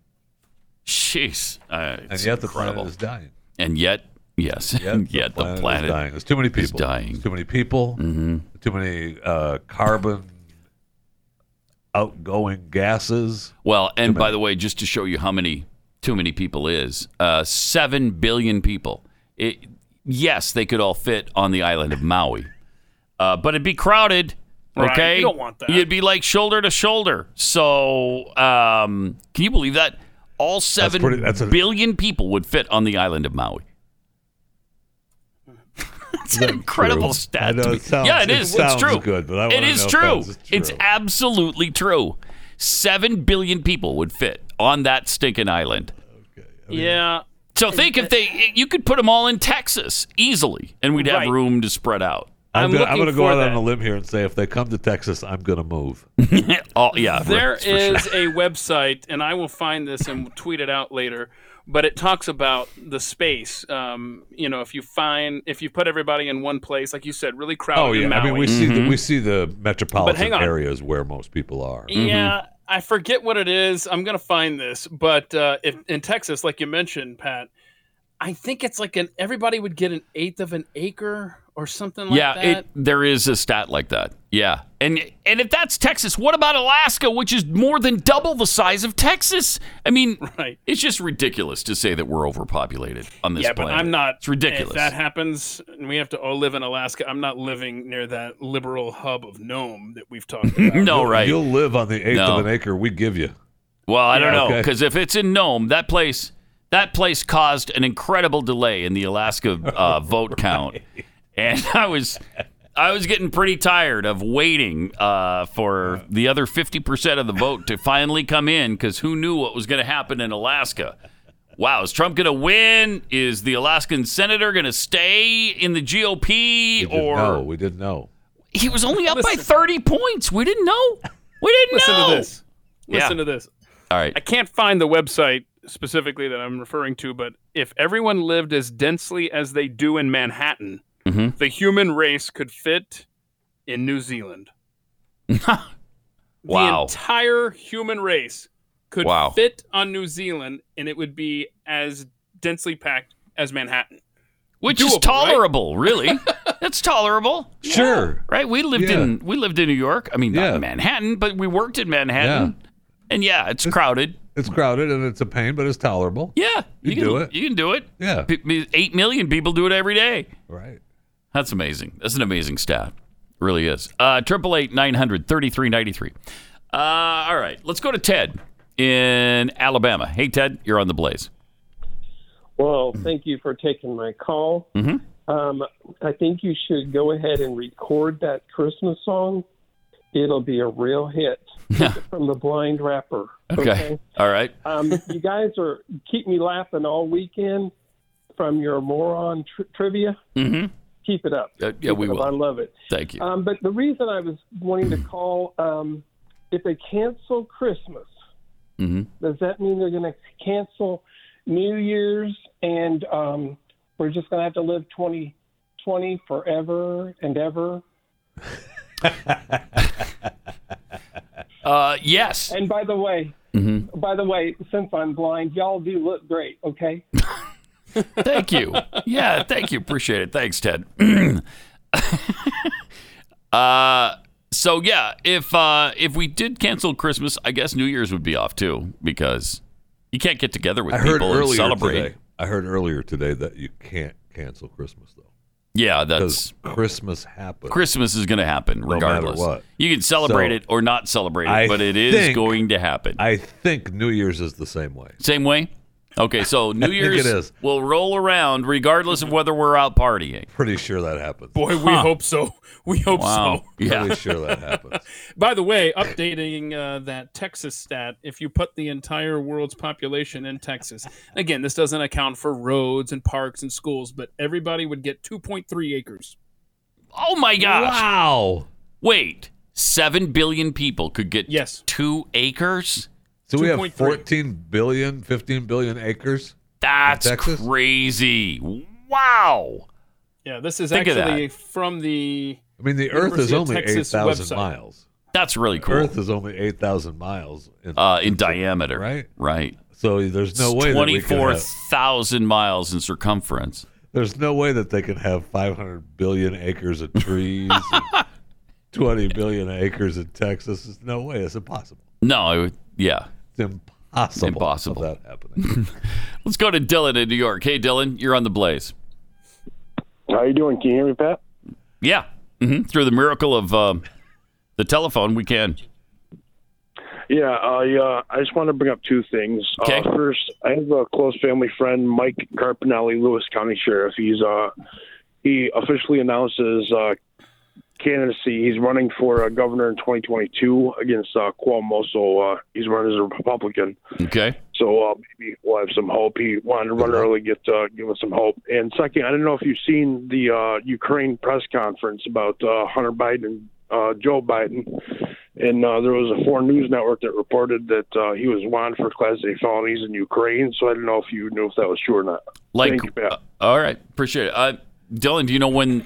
S2: Jeez. Uh,
S3: And yet the planet
S2: incredible.
S3: is dying.
S2: And yet, yes, [LAUGHS] and yet the planet,
S3: is dying. There's too many people.
S2: is dying. Mm-hmm.
S3: Too many people. Too many uh, carbon outgoing gases.
S2: Well, and by the way, just to show you how many too many people is, uh, seven billion people. It, yes, they could all fit on the island of Maui, uh, but it'd be crowded.
S5: Right,
S2: Okay,
S5: you don't want that.
S2: You'd be like shoulder to shoulder. So, um, can you believe that all seven billion
S3: pretty- that's a-
S2: people would fit on the island of Maui? It's an incredible stat.
S3: I know
S2: to me.
S3: it sounds-
S2: yeah, it
S3: it
S2: is.
S3: sounds
S2: it's true.
S3: good, but I
S2: it
S3: wanna
S2: is
S3: know if
S2: true.
S3: that's true.
S2: It's absolutely true. Seven billion people would fit on that stinking island.
S3: [LAUGHS]
S5: Yeah.
S2: So think if they, you could put them all in Texas easily, and we'd have
S5: Right.
S2: room to spread out. [LAUGHS]
S3: I'm, gonna, I'm
S5: looking
S3: gonna go
S5: for
S3: out
S5: that.
S3: on a limb here and say if they come to Texas, I'm gonna move.
S2: oh yeah,
S5: There
S2: for- for sure.
S5: is a website, and I will find this and tweet it out later. But it talks about the space. Um, you know, if you find if you put everybody in one place, like you said, really crowded.
S3: Oh yeah,
S5: in
S3: I mean
S5: Maui.
S3: we see
S2: Mm-hmm.
S3: the, we see the
S5: But hang
S3: metropolitan
S5: on.
S3: areas where most people are. mm-hmm.
S5: Yeah, I forget what it is. I'm gonna find this, but uh, if, in Texas, like you mentioned, Pat, I think it's like an everybody would get an eighth of an acre or something like
S2: yeah,
S5: that.
S2: it, there is a stat like that. Yeah, and and if that's Texas, what about Alaska, which is more than double the size of Texas? I
S5: [LAUGHS]
S2: mean,
S5: Right.
S2: it's just ridiculous to say that we're overpopulated on this
S5: yeah,
S2: planet.
S5: but I'm not.
S2: It's ridiculous.
S5: If that happens, and we have to all live in Alaska, I'm not living near that liberal hub of Nome that
S2: [LAUGHS]
S5: we've talked about.
S2: no, right?
S3: You'll live on the eighth
S2: No.
S3: of an acre we give you.
S2: Well, I don't
S3: Yeah.
S2: know
S3: Okay.
S2: because if it's in Nome, that place that place caused an incredible delay in the Alaska
S3: [LAUGHS]
S2: uh, vote count, and I was I was getting pretty tired of waiting uh, for the other fifty percent of the vote to finally come in because who knew what was going to happen in Alaska. Wow, is Trump going to win? Is the Alaskan senator going to stay in the GOP?
S3: Didn't
S2: Or
S3: know. we didn't know.
S2: he was only up by thirty points. We didn't know. We didn't
S5: Listen
S2: know.
S5: to this.
S2: Yeah.
S5: Listen to this.
S2: All right.
S5: I can't find the website specifically that I'm referring to, but if everyone lived as densely as they do in Manhattan,
S2: Mhm. [LAUGHS]
S5: the human race could fit in New Zealand.
S2: Wow.
S5: The entire human race could
S2: Wow.
S5: fit on New Zealand and it would be as densely packed as Manhattan.
S2: Which
S5: Doable,
S2: is
S5: right?
S2: tolerable, really. That's tolerable.
S3: Sure.
S2: Right? We lived
S5: Yeah.
S2: in we lived in New York. I mean, not in Manhattan, but we worked in Manhattan. And yeah, it's, crowded.
S3: It's crowded and it's a pain, but it's tolerable.
S2: Yeah.
S3: You
S2: can
S3: do it.
S2: You can do it.
S3: Yeah.
S2: Pe- pe- 8 million people do it every day.
S3: Right.
S2: That's amazing. That's an amazing stat. It really is. Uh triple eight nine hundred thirty three ninety three. Uh all right. Let's go to Ted in Alabama. Hey Ted, you're on the blaze.
S9: Well, thank you for taking my call.
S2: Mm-hmm.
S9: Um, I think you should go ahead and record that Christmas song. It'll be a real hit from the blind rapper.
S2: Okay. All right.
S12: Uh,
S9: Um, you guys are keep me laughing all weekend from your moron tr- trivia.
S2: Mhm.
S9: Keep it up.
S2: Uh, yeah,
S9: Keep
S2: we
S9: it up.
S2: will.
S9: I love it.
S2: Thank you.
S9: Um, but the reason I was wanting to call, um, if they cancel Christmas,
S2: Mhm.
S9: does that mean they're going to cancel New Year's and um, we're just going to have to live 2020 forever and ever?
S2: Uh yes.
S9: And by the way, by the way, since I'm blind, y'all do look great, okay?
S2: Thank you. Yeah, thank you. Appreciate it. Thanks, Ted. [CLEARS THROAT] uh, so yeah, if uh, if we did cancel Christmas, I guess New Year's would be off too because you can't get together with
S3: I heard
S2: people and
S3: earlier
S2: celebrate.
S3: today. I heard earlier today that you can't cancel Christmas though.
S2: Yeah, that's
S3: Because Christmas happens.
S2: Christmas is going to happen
S3: No matter
S2: regardless.
S3: what.
S2: You can celebrate
S3: So,
S2: it or not celebrate it,
S3: I
S2: but it is
S3: think-
S2: going to happen.
S3: I think New Year's is the same way.
S2: Same way. Okay,
S3: [LAUGHS]
S2: so New
S3: think
S2: Year's
S3: it is.
S2: will roll around regardless of whether we're out partying.
S3: Pretty sure that happens.
S5: Boy, we hope so. [LAUGHS] We hope
S2: Wow.
S5: so.
S2: Yeah.
S3: Pretty sure that happens.
S5: By the way, updating uh, that Texas stat, if you put the entire world's population in Texas, again, this doesn't account for roads and parks and schools, but everybody would get 2.3 acres.
S2: Oh my [LAUGHS] gosh.
S3: Wow.
S2: Wait, 7 billion people could get
S5: yes.
S2: 2 acres?
S3: So we have
S2: 2.3.
S3: 14 billion, 15 billion acres.
S2: That's
S3: Texas?
S2: crazy. Wow.
S5: Yeah, this is
S2: Think of
S5: actually from the.
S3: I mean, the Earth is
S5: University of
S3: only
S5: Texas
S3: 8,000
S5: website.
S3: miles.
S2: That's really cool.
S3: Earth is only 8,000 miles. In,
S2: uh, in diameter.
S3: Right?
S2: Right.
S3: So there's no way that we could have-
S2: 24,000 miles in circumference.
S3: There's no way that they can have 500 billion acres of trees,
S2: [LAUGHS]
S3: and 20 billion acres in Texas. There's no way. It's impossible.
S2: No, it would, yeah.
S3: It's impossible.
S2: Impossible.
S3: Of that happening.
S2: Let's go to Dylan in New York. Hey, Dylan, you're on the blaze.
S12: How you doing? Can you hear me, Pat?
S2: Yeah. hmm Through the miracle of um, the telephone, we can.
S12: Yeah, I uh, I just want to bring up two things.
S2: Okay.
S12: Uh, first, I have a close family friend, Mike Carpinelli, Lewis County Sheriff. He's uh he officially announces uh, candidacy. He's running for uh, governor in 2022 against uh, Cuomo, so uh, he's running as a Republican.
S2: Okay.
S12: So uh, maybe we'll have some hope. He wanted to run early, get uh, give us some hope. And second, I don't know if you've seen the uh, Ukraine press conference about uh, Hunter Biden, uh, Joe Biden, and uh, there was a foreign news network that reported that uh, he was wanted for Class A felonies in Ukraine. So I don't know if you knew if that was true or not.
S2: Like- uh,
S12: Thank you, Pat.
S2: All right. Appreciate it. Uh, Dylan, do you know when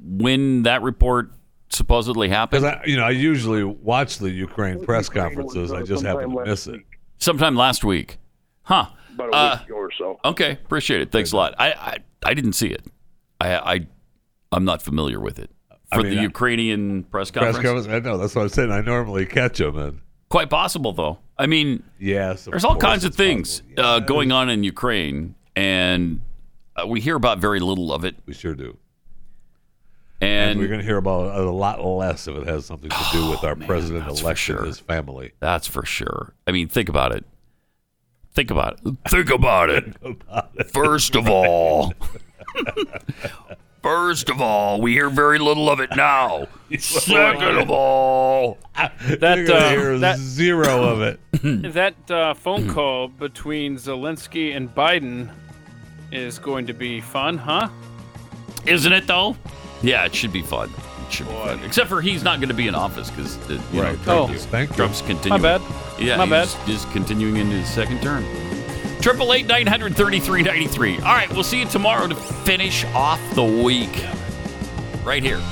S2: when that report supposedly happened?
S3: Because I, you know, I usually watch the Ukraine press conferences. I just happen to miss it.
S2: Sometime last week. Huh.
S12: About a
S2: Uh,
S12: week ago or so.
S2: Okay, appreciate it. Thanks a lot. I I, I didn't see it. I I I'm not familiar with it
S3: I
S2: for
S3: mean,
S2: the
S3: I-
S2: Ukrainian press conference.
S3: Press conference. I know. That's what I'm saying. I normally catch them. And
S2: Quite possible though. I mean,
S3: yes, of
S2: there's all
S3: course
S2: kinds of
S3: it's
S2: things uh, going on in Ukraine, and uh, we hear about very little of it.
S3: We sure do.
S2: And, Oh,
S3: we're going to hear about it a lot less if it has something to do with our president elect and his family.
S2: That's for sure. I mean, think about it. Think about it. Think about it. First of all, first of all, we hear very little of it [LAUGHS] now. Second of all,
S3: That, You're
S2: uh,
S3: gonna hear zero of it.
S5: uh, that uh, phone call between Zelensky and Biden is going to be fun, huh?
S2: Isn't it though? Yeah, it should be fun. It should be fun. Except for he's not going to be in office because
S3: Right.
S2: Trump,
S3: Thank you. Thank you.
S2: Trump's continuing.
S5: bad.
S2: Yeah,
S5: My
S2: he's, he's continuing into his second term. Triple eight nine hundred thirty three ninety three. All right, we'll see you tomorrow to finish off the week, right here.